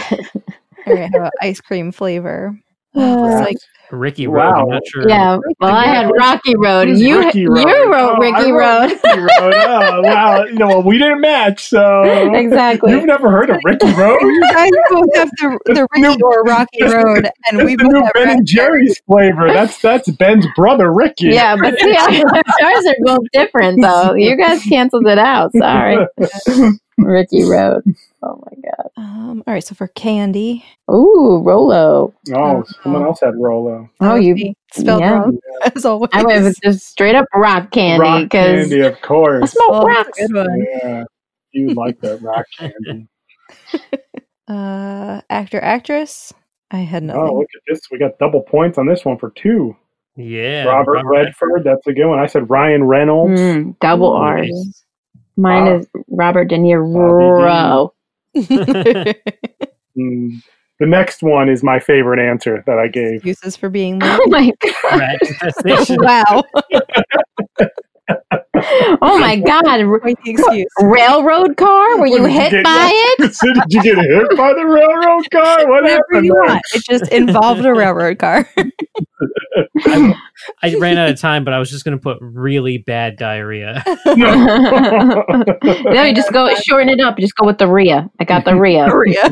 Speaker 1: right. How about ice
Speaker 4: *laughs*
Speaker 1: cream flavor?
Speaker 2: Uh,
Speaker 1: It's like
Speaker 3: Ricky
Speaker 4: Wow.
Speaker 3: Road. I'm not sure.
Speaker 2: Yeah. Well, I had Rocky Road.
Speaker 4: Who's
Speaker 2: You
Speaker 4: Ricky
Speaker 2: you
Speaker 4: Road?
Speaker 2: wrote
Speaker 4: Oh, I
Speaker 2: Ricky
Speaker 4: wrote *laughs*
Speaker 2: Road.
Speaker 4: Ricky Road. Oh, wow. You know, well, we didn't match,
Speaker 1: *laughs*
Speaker 4: so.
Speaker 2: Exactly.
Speaker 4: You've never heard of Ricky Road?
Speaker 1: you guys both have the, the Ricky or Rocky Road, and we
Speaker 4: That's the
Speaker 1: both
Speaker 4: new
Speaker 1: have
Speaker 4: Ben
Speaker 1: red
Speaker 4: and Jerry's flavor. That's that's Ben's brother Ricky.
Speaker 2: Yeah, but see,
Speaker 4: *laughs*
Speaker 2: ours are both different, though. You guys canceled it out. Sorry. Ricky Road. Oh my God.
Speaker 1: Um, all right, so for candy,
Speaker 2: Ooh, Rolo.
Speaker 4: Oh, someone else had Rolo.
Speaker 2: Oh, you.
Speaker 1: me. spelled
Speaker 2: yeah.
Speaker 1: wrong *laughs* as always.
Speaker 2: I went with just straight up rock candy
Speaker 4: rock
Speaker 2: because
Speaker 4: candy, of
Speaker 2: I
Speaker 4: course.
Speaker 2: smoke
Speaker 1: Oh, that's
Speaker 2: rocks.
Speaker 1: a good one.
Speaker 4: Yeah, you would like that rock
Speaker 1: *laughs*
Speaker 4: candy.
Speaker 1: Uh, actor, actress. I had nothing.
Speaker 4: Oh, look at this. We got double points on this one for two.
Speaker 3: Yeah.
Speaker 4: Robert, Redford, that's a good one. I said Ryan Reynolds.
Speaker 1: Hmm.
Speaker 2: Mm, double R.
Speaker 3: Nice.
Speaker 2: Mine
Speaker 4: Wow.
Speaker 2: is Robert De Niro.
Speaker 4: Mm. The next one is my favorite answer that I gave.
Speaker 1: *laughs*
Speaker 4: *laughs*
Speaker 1: Excuses for being late.
Speaker 2: *laughs* Oh my
Speaker 3: Rat
Speaker 1: *laughs*
Speaker 3: infestation.
Speaker 1: wow.
Speaker 2: god! Oh my god!
Speaker 1: Quite the excuse.
Speaker 2: Railroad car? Were you
Speaker 4: Did you
Speaker 2: hit
Speaker 4: get
Speaker 2: by
Speaker 4: that?
Speaker 2: it? *laughs*
Speaker 4: Did you get hit by the railroad car? What
Speaker 1: Whatever
Speaker 4: happened?
Speaker 1: you
Speaker 4: there?
Speaker 1: want. It just involved a railroad car.
Speaker 3: I, I ran out of time, but I was just going to put really bad
Speaker 1: *laughs*
Speaker 3: diarrhea.
Speaker 4: *laughs* No.
Speaker 2: No, you just go shorten it up. Just go with the Rhea. I got the
Speaker 1: *laughs*
Speaker 2: Rhea.
Speaker 1: Maria.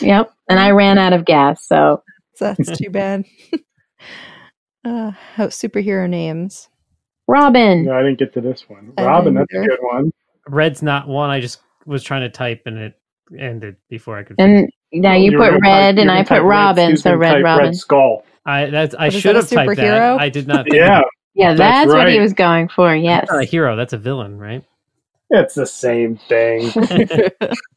Speaker 2: Yep. And I ran out of gas, so
Speaker 1: So that's too bad. *laughs* Uh, how superhero names?
Speaker 2: Robin.
Speaker 4: No, I didn't get to this one.
Speaker 1: I
Speaker 4: Robin,
Speaker 1: didn't
Speaker 4: that's a
Speaker 1: either.
Speaker 4: good one.
Speaker 3: red's not one. I just was trying to type and it ended before I could. finish.
Speaker 2: And now you,
Speaker 4: were
Speaker 2: put
Speaker 4: gonna Oh, type-
Speaker 2: red,
Speaker 4: you
Speaker 2: and
Speaker 4: were
Speaker 2: I
Speaker 4: gonna
Speaker 2: put
Speaker 4: type
Speaker 2: Robin,
Speaker 4: excuse
Speaker 2: so
Speaker 4: me,
Speaker 2: red
Speaker 4: type
Speaker 2: Robin.
Speaker 4: Red Skull.
Speaker 3: I that's I
Speaker 1: But is
Speaker 3: should
Speaker 1: that a
Speaker 3: have typed that.
Speaker 1: superhero?
Speaker 3: I
Speaker 4: *laughs*
Speaker 3: did not. Think
Speaker 4: Yeah,
Speaker 2: yeah,
Speaker 4: That's
Speaker 2: that's, what he
Speaker 4: right.
Speaker 2: was going for. Yes.
Speaker 3: That's not a hero. That's a villain, right?
Speaker 4: it's the same
Speaker 2: *laughs*
Speaker 4: thing.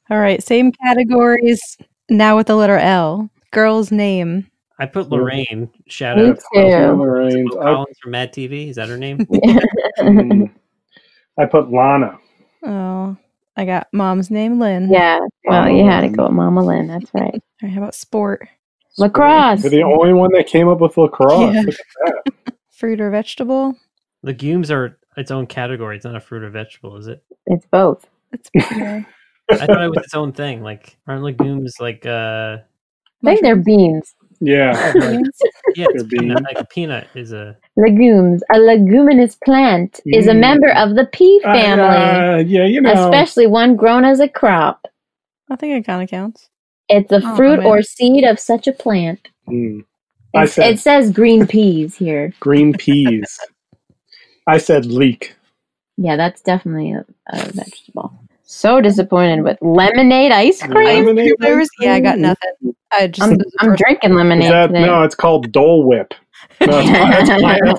Speaker 1: All right, same categories. Now with the letter L. Girl's name.
Speaker 3: I put Lorraine
Speaker 2: Me
Speaker 3: Shadow.
Speaker 2: too.
Speaker 4: Lorraine's. Mm. I,
Speaker 3: Collins from Mad TV. Is that her
Speaker 1: *laughs*
Speaker 3: name?
Speaker 2: *laughs*
Speaker 4: mm, I put Lana.
Speaker 1: Oh, I got mom's name, Lynn.
Speaker 2: yeah. Well,
Speaker 4: Mama
Speaker 2: you had to
Speaker 4: Lynn.
Speaker 2: go with Mama Lynn. That's right.
Speaker 1: All right, how about sport?
Speaker 2: Lacrosse.
Speaker 4: You're the only one that came up with lacrosse.
Speaker 1: Yeah. Fruit or vegetable?
Speaker 3: Legumes are its own category. It's not a fruit or vegetable, is it?
Speaker 2: It's both.
Speaker 1: That's yeah.
Speaker 3: I thought it was its own thing. Like aren't legumes like uh
Speaker 2: I think they're beans. *laughs*
Speaker 4: Yeah.
Speaker 1: Mushrooms.
Speaker 3: yeah, it's
Speaker 4: Could be.
Speaker 3: peanut. Like a peanut is uh, a
Speaker 2: Legumes. A leguminous plant is a
Speaker 4: Mm.
Speaker 2: member of the pea
Speaker 4: Uh,
Speaker 2: family,
Speaker 4: uh, yeah, you know.
Speaker 2: especially one grown as a crop.
Speaker 1: I think it kind of counts.
Speaker 2: It's a
Speaker 1: Oh,
Speaker 2: fruit
Speaker 1: man.
Speaker 2: or seed of such a plant.
Speaker 4: Mm. I
Speaker 2: It's-
Speaker 4: said
Speaker 2: It says green peas here.
Speaker 4: green peas. I said leek.
Speaker 2: Yeah, that's definitely a, a vegetable. So disappointed with lemonade ice cream.
Speaker 4: Lemonade
Speaker 1: There was-
Speaker 4: ice
Speaker 1: yeah, I got
Speaker 4: cream?
Speaker 1: nothing. I just
Speaker 2: I'm,
Speaker 1: this is the
Speaker 2: I'm
Speaker 1: first-
Speaker 2: drinking
Speaker 4: Is
Speaker 2: lemonade
Speaker 4: that,
Speaker 2: today.
Speaker 4: no, it's called Dole Whip. No, it's,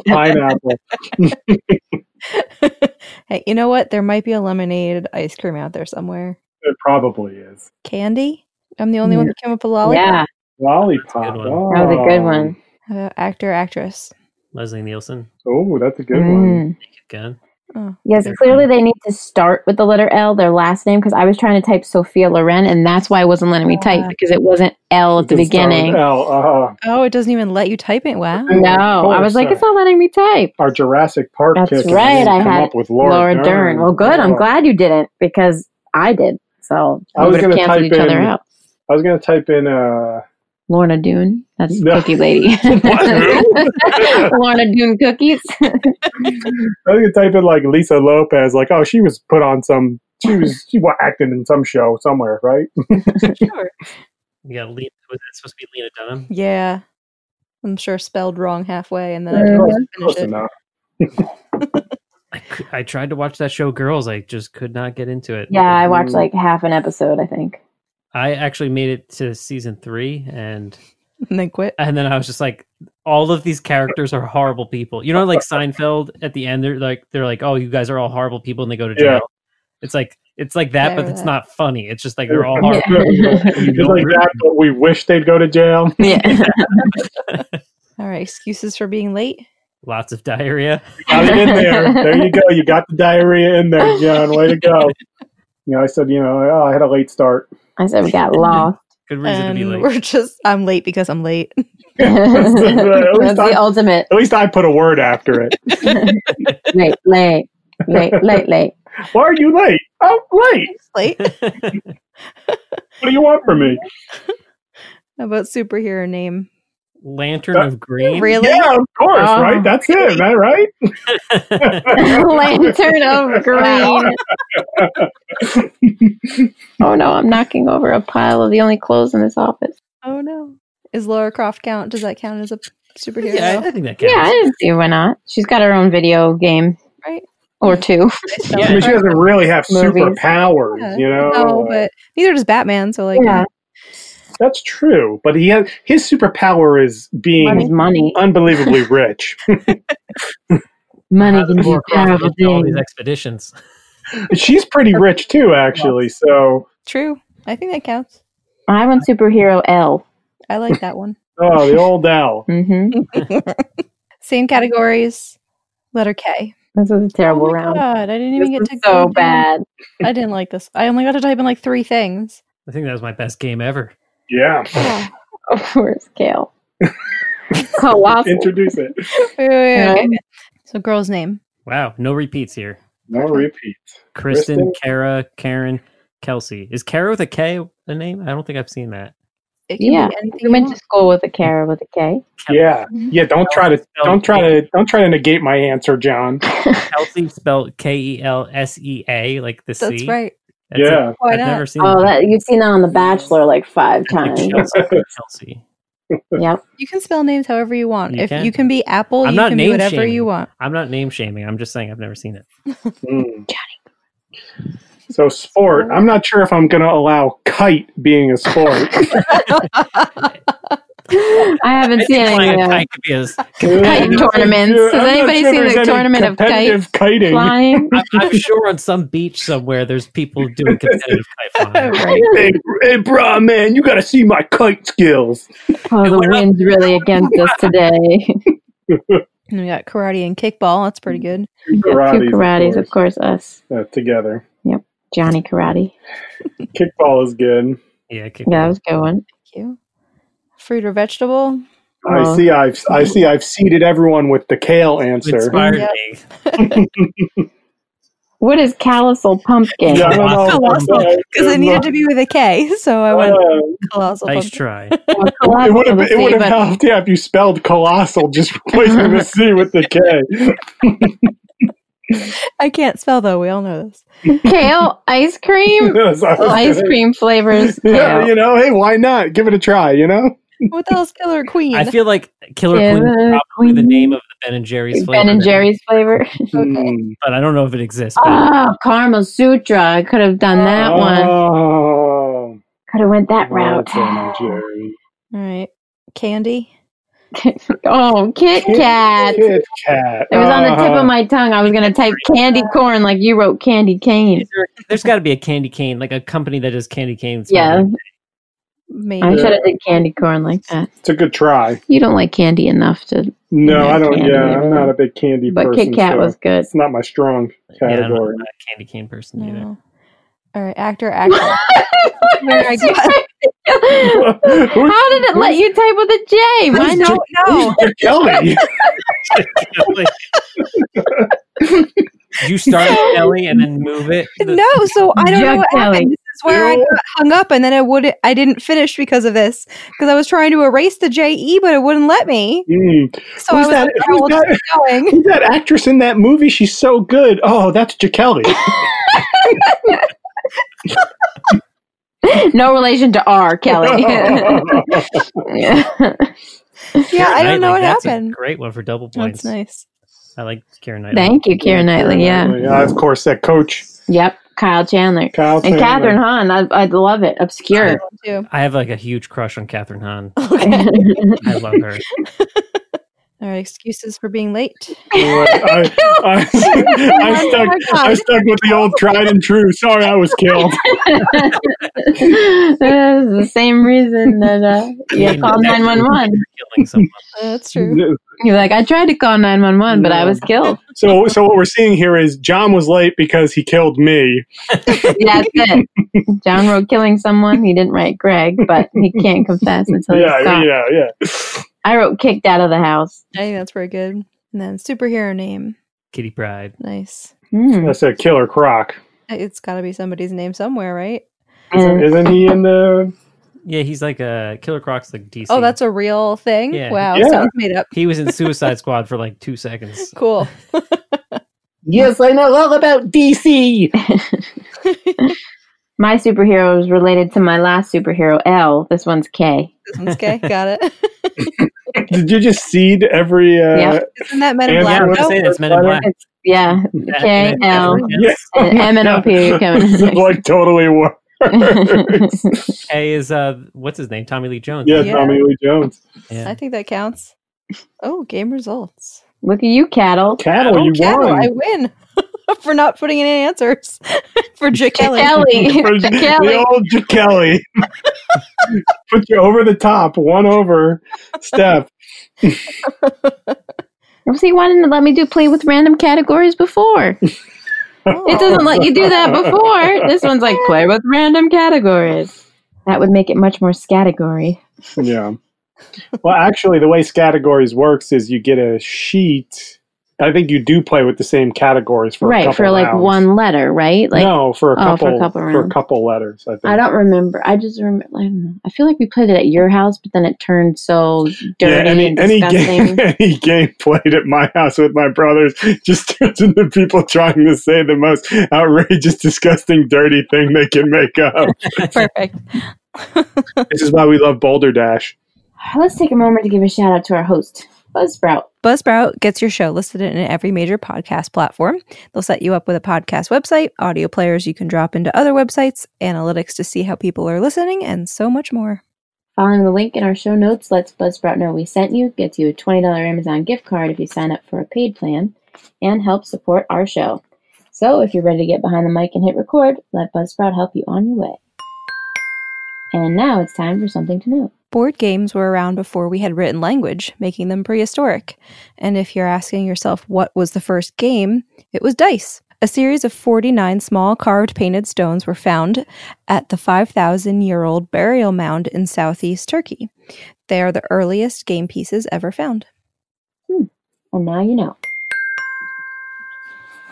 Speaker 4: pi- it's,
Speaker 2: *laughs*
Speaker 4: pi- it's pineapple.
Speaker 1: Hey, you know what? There might be a lemonade ice cream out there somewhere.
Speaker 4: It probably is.
Speaker 1: Candy. I'm the only one that came up with lollipop.
Speaker 2: Oh, yeah,
Speaker 4: Lollipop.
Speaker 3: That's a good
Speaker 4: Oh,
Speaker 3: one.
Speaker 2: that was a good one.
Speaker 1: How about Uh, actor, actress.
Speaker 3: Leslie Nielsen.
Speaker 4: Oh, that's a good one.
Speaker 2: Mm.
Speaker 3: Gun.
Speaker 1: Oh,
Speaker 2: Yes,
Speaker 3: They're
Speaker 2: clearly they need to start with the letter L, their last name, because I was trying to type Sophia Loren, and that's why it wasn't letting me type
Speaker 1: Ah.
Speaker 2: because it wasn't L at the
Speaker 4: It can start with
Speaker 2: beginning.
Speaker 4: L, uh-huh.
Speaker 1: oh, it doesn't even let you type it. Wow.
Speaker 4: L,
Speaker 2: No,
Speaker 4: of
Speaker 2: I was like,
Speaker 4: course,
Speaker 2: it's not letting me type.
Speaker 4: Our Jurassic Park
Speaker 2: That's
Speaker 4: pick, and
Speaker 2: right,
Speaker 4: didn't
Speaker 2: I
Speaker 4: come
Speaker 2: had
Speaker 4: up with Laura,
Speaker 2: Laura, Dern. Well, good. I'm glad you didn't because I did. So
Speaker 4: I
Speaker 2: we
Speaker 4: was
Speaker 2: would have
Speaker 4: gonna
Speaker 2: canceled
Speaker 4: type
Speaker 2: each other
Speaker 4: in-
Speaker 2: out.
Speaker 4: I was going to type in.
Speaker 3: *laughs*
Speaker 4: Uh,
Speaker 2: Lorna Doone. That's
Speaker 4: No. *laughs*
Speaker 2: Cookie Lady.
Speaker 4: Who?
Speaker 2: *laughs* Lorna Doone cookies.
Speaker 4: I was going to type in like Lisa Lopez. Like, oh, she was put on some. She was she was acting in some show somewhere,
Speaker 3: *laughs*
Speaker 4: right?
Speaker 1: Sure.
Speaker 3: You got Lena. Was that supposed to be Lena Dunham?
Speaker 1: Yeah. I'm sure spelled wrong halfway and then
Speaker 2: Yeah,
Speaker 1: I
Speaker 4: close,
Speaker 1: didn't
Speaker 4: close
Speaker 1: finish it.
Speaker 4: enough.
Speaker 3: I, cou- I tried to watch that show, Girls. I just could not get into it.
Speaker 2: *laughs* yeah, I watched like half an episode, I think.
Speaker 3: I actually made it to season three, and
Speaker 1: And then quit.
Speaker 3: and then I was just like, all of these characters are horrible people. You know, like Seinfeld at the end, they're like, they're like, oh, you guys are all horrible people, and they go to jail.
Speaker 4: Yeah.
Speaker 3: It's like it's like that,
Speaker 1: Never
Speaker 3: but it's
Speaker 2: uh,
Speaker 1: that.
Speaker 3: not funny. It's just like
Speaker 4: *laughs*
Speaker 3: they're all horrible.
Speaker 2: *laughs*
Speaker 4: It's like that, but we wish they'd go to jail.
Speaker 2: Yeah.
Speaker 1: All right. Excuses for being late.
Speaker 3: Lots of diarrhea.
Speaker 4: Got it in
Speaker 2: *laughs*
Speaker 4: there. There you go. You got the diarrhea in there, John. Way to go. You know, I said, you know, oh, I had a late start.
Speaker 2: *laughs* I said we
Speaker 4: *laughs*
Speaker 2: got lost.
Speaker 3: Good reason
Speaker 2: Um,
Speaker 3: to be
Speaker 1: And
Speaker 3: late.
Speaker 1: we're just, I'm late because I'm late. *laughs*
Speaker 2: *laughs* That's
Speaker 4: At least
Speaker 2: the
Speaker 4: I-
Speaker 2: ultimate.
Speaker 4: At least I put a word after it.
Speaker 2: Late, late, late, late, late. *laughs*
Speaker 4: Why are you late? I'm late.
Speaker 3: *laughs*
Speaker 1: late.
Speaker 4: What do you want from me?
Speaker 1: How about superhero name?
Speaker 3: Lantern
Speaker 2: *laughs*
Speaker 3: of green. *laughs*
Speaker 1: Really?
Speaker 4: Yeah, of course,
Speaker 2: Oh.
Speaker 4: right? That's it, man, right? *laughs*
Speaker 2: Lantern of green. oh no, I'm knocking over a pile of the only clothes in this office.
Speaker 1: Oh no. Is Laura Croft count? Does that count as a superhero?
Speaker 3: yeah,
Speaker 1: *laughs*
Speaker 3: I, I think that
Speaker 2: Yeah, I
Speaker 3: counts.
Speaker 2: didn't see why not. She's got her own video game.
Speaker 1: Right.
Speaker 2: Or two.
Speaker 4: I mean, she doesn't really have
Speaker 2: Movies.
Speaker 4: superpowers,
Speaker 1: Yeah.
Speaker 4: you know.
Speaker 1: No, but neither does Batman. So like,
Speaker 2: Oh, Yeah.
Speaker 4: That's true. But he has his superpower is being
Speaker 2: Money. Money.
Speaker 4: unbelievably rich.
Speaker 2: Money
Speaker 3: How does
Speaker 2: can do
Speaker 3: Laura Croft
Speaker 2: terrible
Speaker 3: go to all these
Speaker 2: things.
Speaker 3: expeditions.
Speaker 4: She's pretty rich too, actually. So,
Speaker 1: true. I think that counts.
Speaker 2: I want superhero L.
Speaker 1: I like that one.
Speaker 4: oh, the old Al.
Speaker 2: Mm-hmm. *laughs*
Speaker 1: Same categories. Letter K.
Speaker 2: This was a terrible
Speaker 1: oh my
Speaker 2: round.
Speaker 1: God, I didn't
Speaker 2: This
Speaker 1: even get
Speaker 2: was
Speaker 1: to
Speaker 2: so
Speaker 1: go down.
Speaker 2: bad. *laughs*
Speaker 1: I didn't like this. I only got to type in like three things.
Speaker 3: I think that was my best game ever.
Speaker 4: Yeah,
Speaker 2: Over *laughs* scale. Colossal.
Speaker 4: introduce it.
Speaker 1: *laughs* Wait, wait, wait, okay,
Speaker 2: Um,
Speaker 1: okay. So girl's name.
Speaker 3: Wow, no repeats here.
Speaker 4: No repeat.
Speaker 3: Kristen,
Speaker 4: Kristen.
Speaker 3: Kara, Karen, Kelsey. Is Kara with a K a name? I don't think I've seen that.
Speaker 1: It can
Speaker 2: Yeah,
Speaker 1: be anything
Speaker 2: we
Speaker 1: you
Speaker 2: went to
Speaker 1: want.
Speaker 2: school with a Kara with a K.
Speaker 4: Yeah, yeah. Don't try to don't try to don't try to negate my answer, John.
Speaker 3: Kelsey spelled K E L S E A, like the
Speaker 1: That's
Speaker 3: C.
Speaker 1: right.
Speaker 3: it.
Speaker 4: yeah,
Speaker 1: Why
Speaker 3: I've
Speaker 1: not?
Speaker 3: never seen
Speaker 2: Oh, that you've seen that on The Bachelor like five
Speaker 3: Like
Speaker 2: times.
Speaker 4: *laughs*
Speaker 3: Chelsea, Kelsey.
Speaker 2: yep.
Speaker 1: You can spell names however you want.
Speaker 3: You
Speaker 1: if
Speaker 3: can.
Speaker 1: you can be Apple,
Speaker 3: I'm
Speaker 1: you
Speaker 3: not
Speaker 1: can be
Speaker 3: name
Speaker 1: whatever
Speaker 3: shaming.
Speaker 1: you want.
Speaker 3: I'm not name shaming. I'm just saying I've never seen it.
Speaker 4: Mm. So sport. I'm not sure if I'm going to allow kite being a sport.
Speaker 2: I haven't seen any of them.
Speaker 3: Kite could be a-
Speaker 2: Kite
Speaker 4: I'm not
Speaker 2: tournaments.
Speaker 4: sure-
Speaker 2: Has
Speaker 4: I'm not
Speaker 2: anybody
Speaker 4: sure
Speaker 2: seen
Speaker 4: there's
Speaker 2: the
Speaker 4: any
Speaker 2: tournament of
Speaker 4: competitive kiting? *laughs*
Speaker 2: Flying.
Speaker 3: I'm,
Speaker 1: *laughs*
Speaker 3: I'm sure on some beach somewhere there's people doing competitive kite flying.
Speaker 2: Oh,
Speaker 1: right.
Speaker 4: Hey, hey, bro, man, you got to see my kite skills.
Speaker 2: Oh, the
Speaker 3: went up-
Speaker 4: *laughs*
Speaker 2: wind's really against us today. *laughs*
Speaker 1: And we got karate and kickball. That's pretty
Speaker 2: Mm-hmm.
Speaker 1: good.
Speaker 4: Two
Speaker 2: Two karates, of course, us.
Speaker 4: Uh, together.
Speaker 2: Johnny Karate.
Speaker 4: Kickball is good.
Speaker 3: Yeah, kick-
Speaker 2: Yeah, that was a good one.
Speaker 1: Thank you. Fruit or vegetable?
Speaker 4: I
Speaker 2: Oh.
Speaker 4: see. I've I see. I've seated everyone with the kale
Speaker 3: you
Speaker 4: answer.
Speaker 3: inspired
Speaker 1: Yep.
Speaker 3: me.
Speaker 2: What is callosal pumpkin?
Speaker 4: Yeah, I don't know.
Speaker 1: Colossal,
Speaker 4: Uh,
Speaker 1: Because it needed to be with a K, *laughs* so I went
Speaker 4: uh,
Speaker 2: Oh.
Speaker 1: *laughs* colossal.
Speaker 3: Nice
Speaker 1: pumpkin.
Speaker 3: try.
Speaker 2: Well,
Speaker 4: It
Speaker 2: colossal
Speaker 4: would have
Speaker 2: with a
Speaker 4: it
Speaker 2: C,
Speaker 4: would have
Speaker 2: but
Speaker 4: helped, yeah, if you spelled colossal, just replacing *laughs* the C with the K.
Speaker 1: I can't spell though. We all know
Speaker 4: *laughs*
Speaker 1: this.
Speaker 2: Kale ice cream?
Speaker 4: Yes, I was
Speaker 2: ice
Speaker 4: gonna-
Speaker 2: cream flavors.
Speaker 4: *laughs* Yeah,
Speaker 2: kale.
Speaker 4: you know, hey, why not? Give it a try, you know?
Speaker 1: What the hell's killer queen?
Speaker 3: I feel like Killer
Speaker 2: Killer
Speaker 3: Queen is probably the
Speaker 2: Queen.
Speaker 3: name of the Ben and Jerry's flavor.
Speaker 2: Ben and Jerry's
Speaker 4: *laughs*
Speaker 2: flavor.
Speaker 4: Mm.
Speaker 3: but I don't know if it exists. but-
Speaker 1: Ah.
Speaker 2: Oh, Karma Sutra. I could have done that one.
Speaker 4: Oh,
Speaker 2: Could have went that route.
Speaker 4: that's an injury.
Speaker 1: all right. Candy.
Speaker 2: *laughs* oh, Kit Kat. It
Speaker 4: Kit Kat.
Speaker 2: was on the tip
Speaker 4: Uh-huh.
Speaker 2: of my tongue. I was going to type candy corn like you wrote candy cane.
Speaker 3: Is there- There's got to be a candy cane, like a company that does candy canes.
Speaker 2: Yeah,
Speaker 1: Maybe.
Speaker 2: I should have did candy corn like that.
Speaker 4: It's a good try.
Speaker 2: You don't like candy enough to,
Speaker 4: No,
Speaker 2: Yeah,
Speaker 4: I don't.
Speaker 2: candy.
Speaker 4: Yeah, I'm not a big candy
Speaker 2: but
Speaker 4: person.
Speaker 2: Kit Kat
Speaker 4: so *laughs*
Speaker 2: was good.
Speaker 4: It's not my strong
Speaker 3: Yeah, I don't know,
Speaker 4: category.
Speaker 3: I'm not a candy cane person either.
Speaker 1: no. All right.
Speaker 4: *laughs*
Speaker 1: Actor, actor. Where I
Speaker 4: *laughs*
Speaker 1: got-
Speaker 2: *laughs* How did it let you type with a J?
Speaker 1: I
Speaker 2: Mine
Speaker 1: don't know.
Speaker 4: Mr.
Speaker 2: *laughs*
Speaker 4: Kelly.
Speaker 1: *laughs*
Speaker 3: you start with Kelly and then move it. to the-
Speaker 1: No, so I don't know
Speaker 2: Jug
Speaker 1: what
Speaker 2: belly.
Speaker 1: happened. This is where I got hung up, and then I would I didn't finish because of this because I was trying to erase the J E, but it wouldn't let me.
Speaker 4: Mm.
Speaker 1: So
Speaker 4: Who's
Speaker 1: I was
Speaker 4: that?
Speaker 1: like, oh,
Speaker 4: Who's
Speaker 1: we'll just
Speaker 4: that?
Speaker 1: keep
Speaker 4: *laughs*
Speaker 1: going.
Speaker 4: Who's that actress in that movie? She's so good. Oh, that's Jakelli.
Speaker 2: No relation to R,
Speaker 4: *laughs*
Speaker 2: Kelly.
Speaker 1: Yeah, I don't know
Speaker 3: Knightley,
Speaker 1: what
Speaker 3: that's a
Speaker 1: happened.
Speaker 3: great one for double points.
Speaker 1: That's nice.
Speaker 3: I like Karen Knightley.
Speaker 2: *laughs* Thank you, Karen Knightley. Yeah.
Speaker 4: Of course, that coach,
Speaker 2: Yep. Kyle Chandler.
Speaker 4: Kyle.
Speaker 2: And
Speaker 4: Chandler.
Speaker 2: Catherine
Speaker 4: *laughs*
Speaker 2: Hahn. I, I love it. Obscure. *laughs*
Speaker 1: Too. *laughs*
Speaker 3: I have like a huge crush on Catherine Hahn.
Speaker 4: *laughs*
Speaker 1: Okay.
Speaker 3: I love
Speaker 1: *laughs*
Speaker 3: her.
Speaker 1: All right. Excuses for being late.
Speaker 2: *laughs*
Speaker 4: I, I,
Speaker 2: Oh
Speaker 4: I, stuck, I stuck with the old tried and true. Sorry, I was killed.
Speaker 2: That is the same reason that uh, you called 911.
Speaker 3: Killing someone.
Speaker 4: *laughs*
Speaker 1: That's true.
Speaker 2: You're like, I tried to call 911, but I was killed.
Speaker 4: So, so what we're seeing here is John was late because he killed me.
Speaker 2: Yeah, that's
Speaker 4: *laughs*
Speaker 2: it. John wrote killing someone. He didn't write Greg, but he can't confess until he's
Speaker 4: Yeah,
Speaker 2: caught.
Speaker 4: yeah, yeah.
Speaker 2: I wrote kicked out of the house.
Speaker 1: I think that's pretty good. And then superhero name.
Speaker 3: Kitty Pride.
Speaker 1: Nice.
Speaker 2: Hmm.
Speaker 4: That's a killer croc.
Speaker 1: It's got to be somebody's name somewhere, right?
Speaker 2: And-
Speaker 4: Isn't he in the?
Speaker 3: Yeah, he's like a Killer Croc's like DC.
Speaker 1: Oh, that's a real thing.
Speaker 3: Yeah.
Speaker 1: Wow,
Speaker 4: Yeah.
Speaker 1: sounds made up.
Speaker 3: he was in Suicide Squad for like two seconds. *laughs*
Speaker 1: Cool.
Speaker 4: Yes, I know all about DC.
Speaker 2: my superhero is related to my last superhero, L. This one's K.
Speaker 1: This one's gay. Got it. *laughs*
Speaker 4: Did you just seed every? Uh,
Speaker 2: Yeah.
Speaker 1: Isn't that Men in
Speaker 4: Yeah,
Speaker 3: Yeah, I
Speaker 1: Black?
Speaker 3: was gonna
Speaker 1: though?
Speaker 3: say that's Men in Black.
Speaker 2: It's,
Speaker 4: *laughs*
Speaker 2: yeah,
Speaker 3: That-
Speaker 2: K
Speaker 3: and
Speaker 2: L
Speaker 3: then-
Speaker 4: Yeah.
Speaker 2: and M and
Speaker 4: *laughs*
Speaker 2: O P. are
Speaker 4: this is
Speaker 2: coming.
Speaker 4: like totally worse.
Speaker 2: *laughs*
Speaker 3: K is uh, what's his name? Tommy Lee Jones.
Speaker 4: Yeah,
Speaker 1: Yeah.
Speaker 4: Tommy Lee Jones.
Speaker 3: Yeah.
Speaker 1: I think that counts. Oh, game results.
Speaker 2: Look at you, cattle.
Speaker 4: Cattle, Oh, you
Speaker 1: Oh, Cattle,
Speaker 4: won.
Speaker 1: I win *laughs* for not putting in any answers *laughs* for Jake Kelly. *laughs*
Speaker 4: *laughs*
Speaker 2: Kelly.
Speaker 4: For
Speaker 2: *laughs* Kelly.
Speaker 4: The old J- Kelly. *laughs* Put you over the top, one over step.
Speaker 2: See, why didn't it let me do play with random
Speaker 4: *laughs*
Speaker 2: categories before? It doesn't let you do that before. This one's like play with random categories. That would make it much more scategory.
Speaker 4: Yeah. Well, actually, the way categories works is you get a sheet. I think you do play with the same categories for a
Speaker 2: right,
Speaker 4: couple
Speaker 2: for like
Speaker 4: rounds.
Speaker 2: one letter, right? Like
Speaker 4: no, for a
Speaker 2: oh, for
Speaker 4: couple
Speaker 2: a couple
Speaker 4: for a
Speaker 2: rounds.
Speaker 4: couple letters. I think.
Speaker 2: I don't remember. I just remember. I don't know. I feel like we played it at your house, but then it turned so dirty
Speaker 4: yeah, any
Speaker 2: and
Speaker 4: any
Speaker 2: disgusting.
Speaker 4: *laughs* game any game played at my house with my brothers just *laughs* turns into people trying to say the most outrageous, disgusting, dirty thing they can make
Speaker 2: *laughs*
Speaker 4: up.
Speaker 1: Perfect.
Speaker 4: this is why we love Boulder Dash.
Speaker 2: Let's take a moment to give a shout out to our host, Buzzsprout.
Speaker 1: Buzzsprout gets your show listed in every major podcast platform. They'll set you up with a podcast website, audio players you can drop into other websites, analytics to see how people are listening, and so much more.
Speaker 2: Following the link in our show notes lets Buzzsprout know we sent you, gets you a $20 Amazon gift card if you sign up for a paid plan, and helps support our show. So if you're ready to get behind the mic and hit record, let Buzzsprout help you on your way. And now it's time for something to know.
Speaker 1: Board games were around before we had written language, making them prehistoric. And if you're asking yourself what was the first game, it was dice. A series of 49 small carved painted stones were found at the 5,000 year old burial mound in southeast Turkey. They are the earliest game pieces ever found.
Speaker 2: And now you know.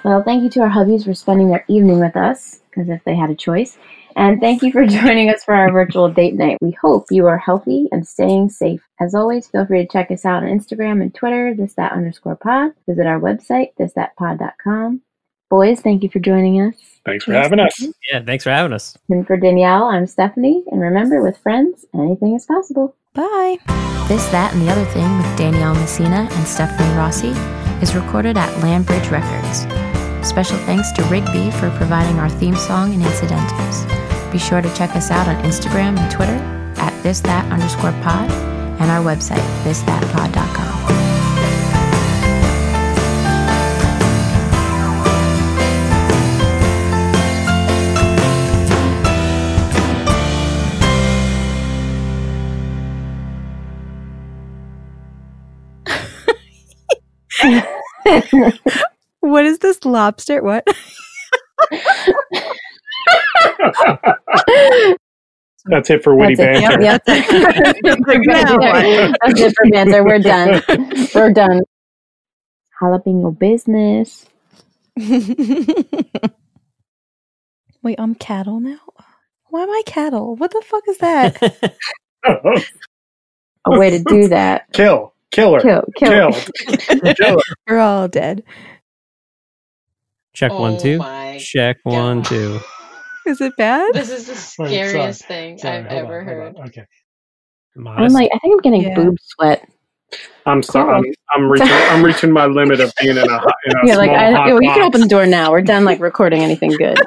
Speaker 2: Well, thank you to our hubbies for spending their evening with us, because if they had a choice. And thank you for *laughs* joining us for our virtual date night. We hope you are healthy and staying safe. As always, feel free to check us out on Instagram and Twitter, this that underscore pod. Visit our website, this that pod.com. Boys, thank you for joining us.
Speaker 4: Thanks for having us.
Speaker 3: Yeah, thanks for having us.
Speaker 2: And for Danielle, I'm Stephanie. And remember, with friends, anything is possible.
Speaker 1: Bye.
Speaker 5: This, That, and the Other Thing with Danielle Messina and Stephanie Rossi is recorded at Landbridge Records. Special thanks to Rigby for providing our theme song and incidentals. Be sure to check us out on Instagram and Twitter at this that underscore pod and our website, thisthatpod.com.
Speaker 4: *laughs*
Speaker 1: What is this lobster? *laughs* What?
Speaker 4: *laughs* That's it for witty
Speaker 2: That's
Speaker 4: banter. *laughs*
Speaker 2: it. Yep, yep. That's it for banter. We're done. We're done. Jalapeno business.
Speaker 1: Wait, I'm cattle now? Why am I cattle? What the fuck
Speaker 3: *laughs*
Speaker 1: is that?
Speaker 2: A way to do
Speaker 4: *laughs*
Speaker 2: that.
Speaker 4: Kill. Killer.
Speaker 2: Kill, kill.
Speaker 4: Kill.
Speaker 2: *laughs*
Speaker 4: Killer.
Speaker 1: We're all dead.
Speaker 3: Check one,
Speaker 6: Oh
Speaker 3: two.
Speaker 6: my
Speaker 3: Check
Speaker 6: God.
Speaker 3: one, two.
Speaker 1: Is it bad?
Speaker 6: This is the
Speaker 4: Wait, sorry.
Speaker 6: scariest thing
Speaker 4: Sorry,
Speaker 6: I've
Speaker 4: hold
Speaker 6: ever
Speaker 4: on, hold
Speaker 6: heard.
Speaker 4: on. Okay.
Speaker 2: I'm
Speaker 3: Modest.
Speaker 2: like, I think I'm getting
Speaker 1: Yeah.
Speaker 2: boob sweat.
Speaker 4: I'm sorry. I'm, I'm reaching. I'm reaching my limit of being in a hot- in a
Speaker 2: *laughs* Yeah,
Speaker 4: small
Speaker 2: like I,
Speaker 4: hot
Speaker 2: well, you can
Speaker 4: box.
Speaker 2: open the door now. We're done like recording anything good.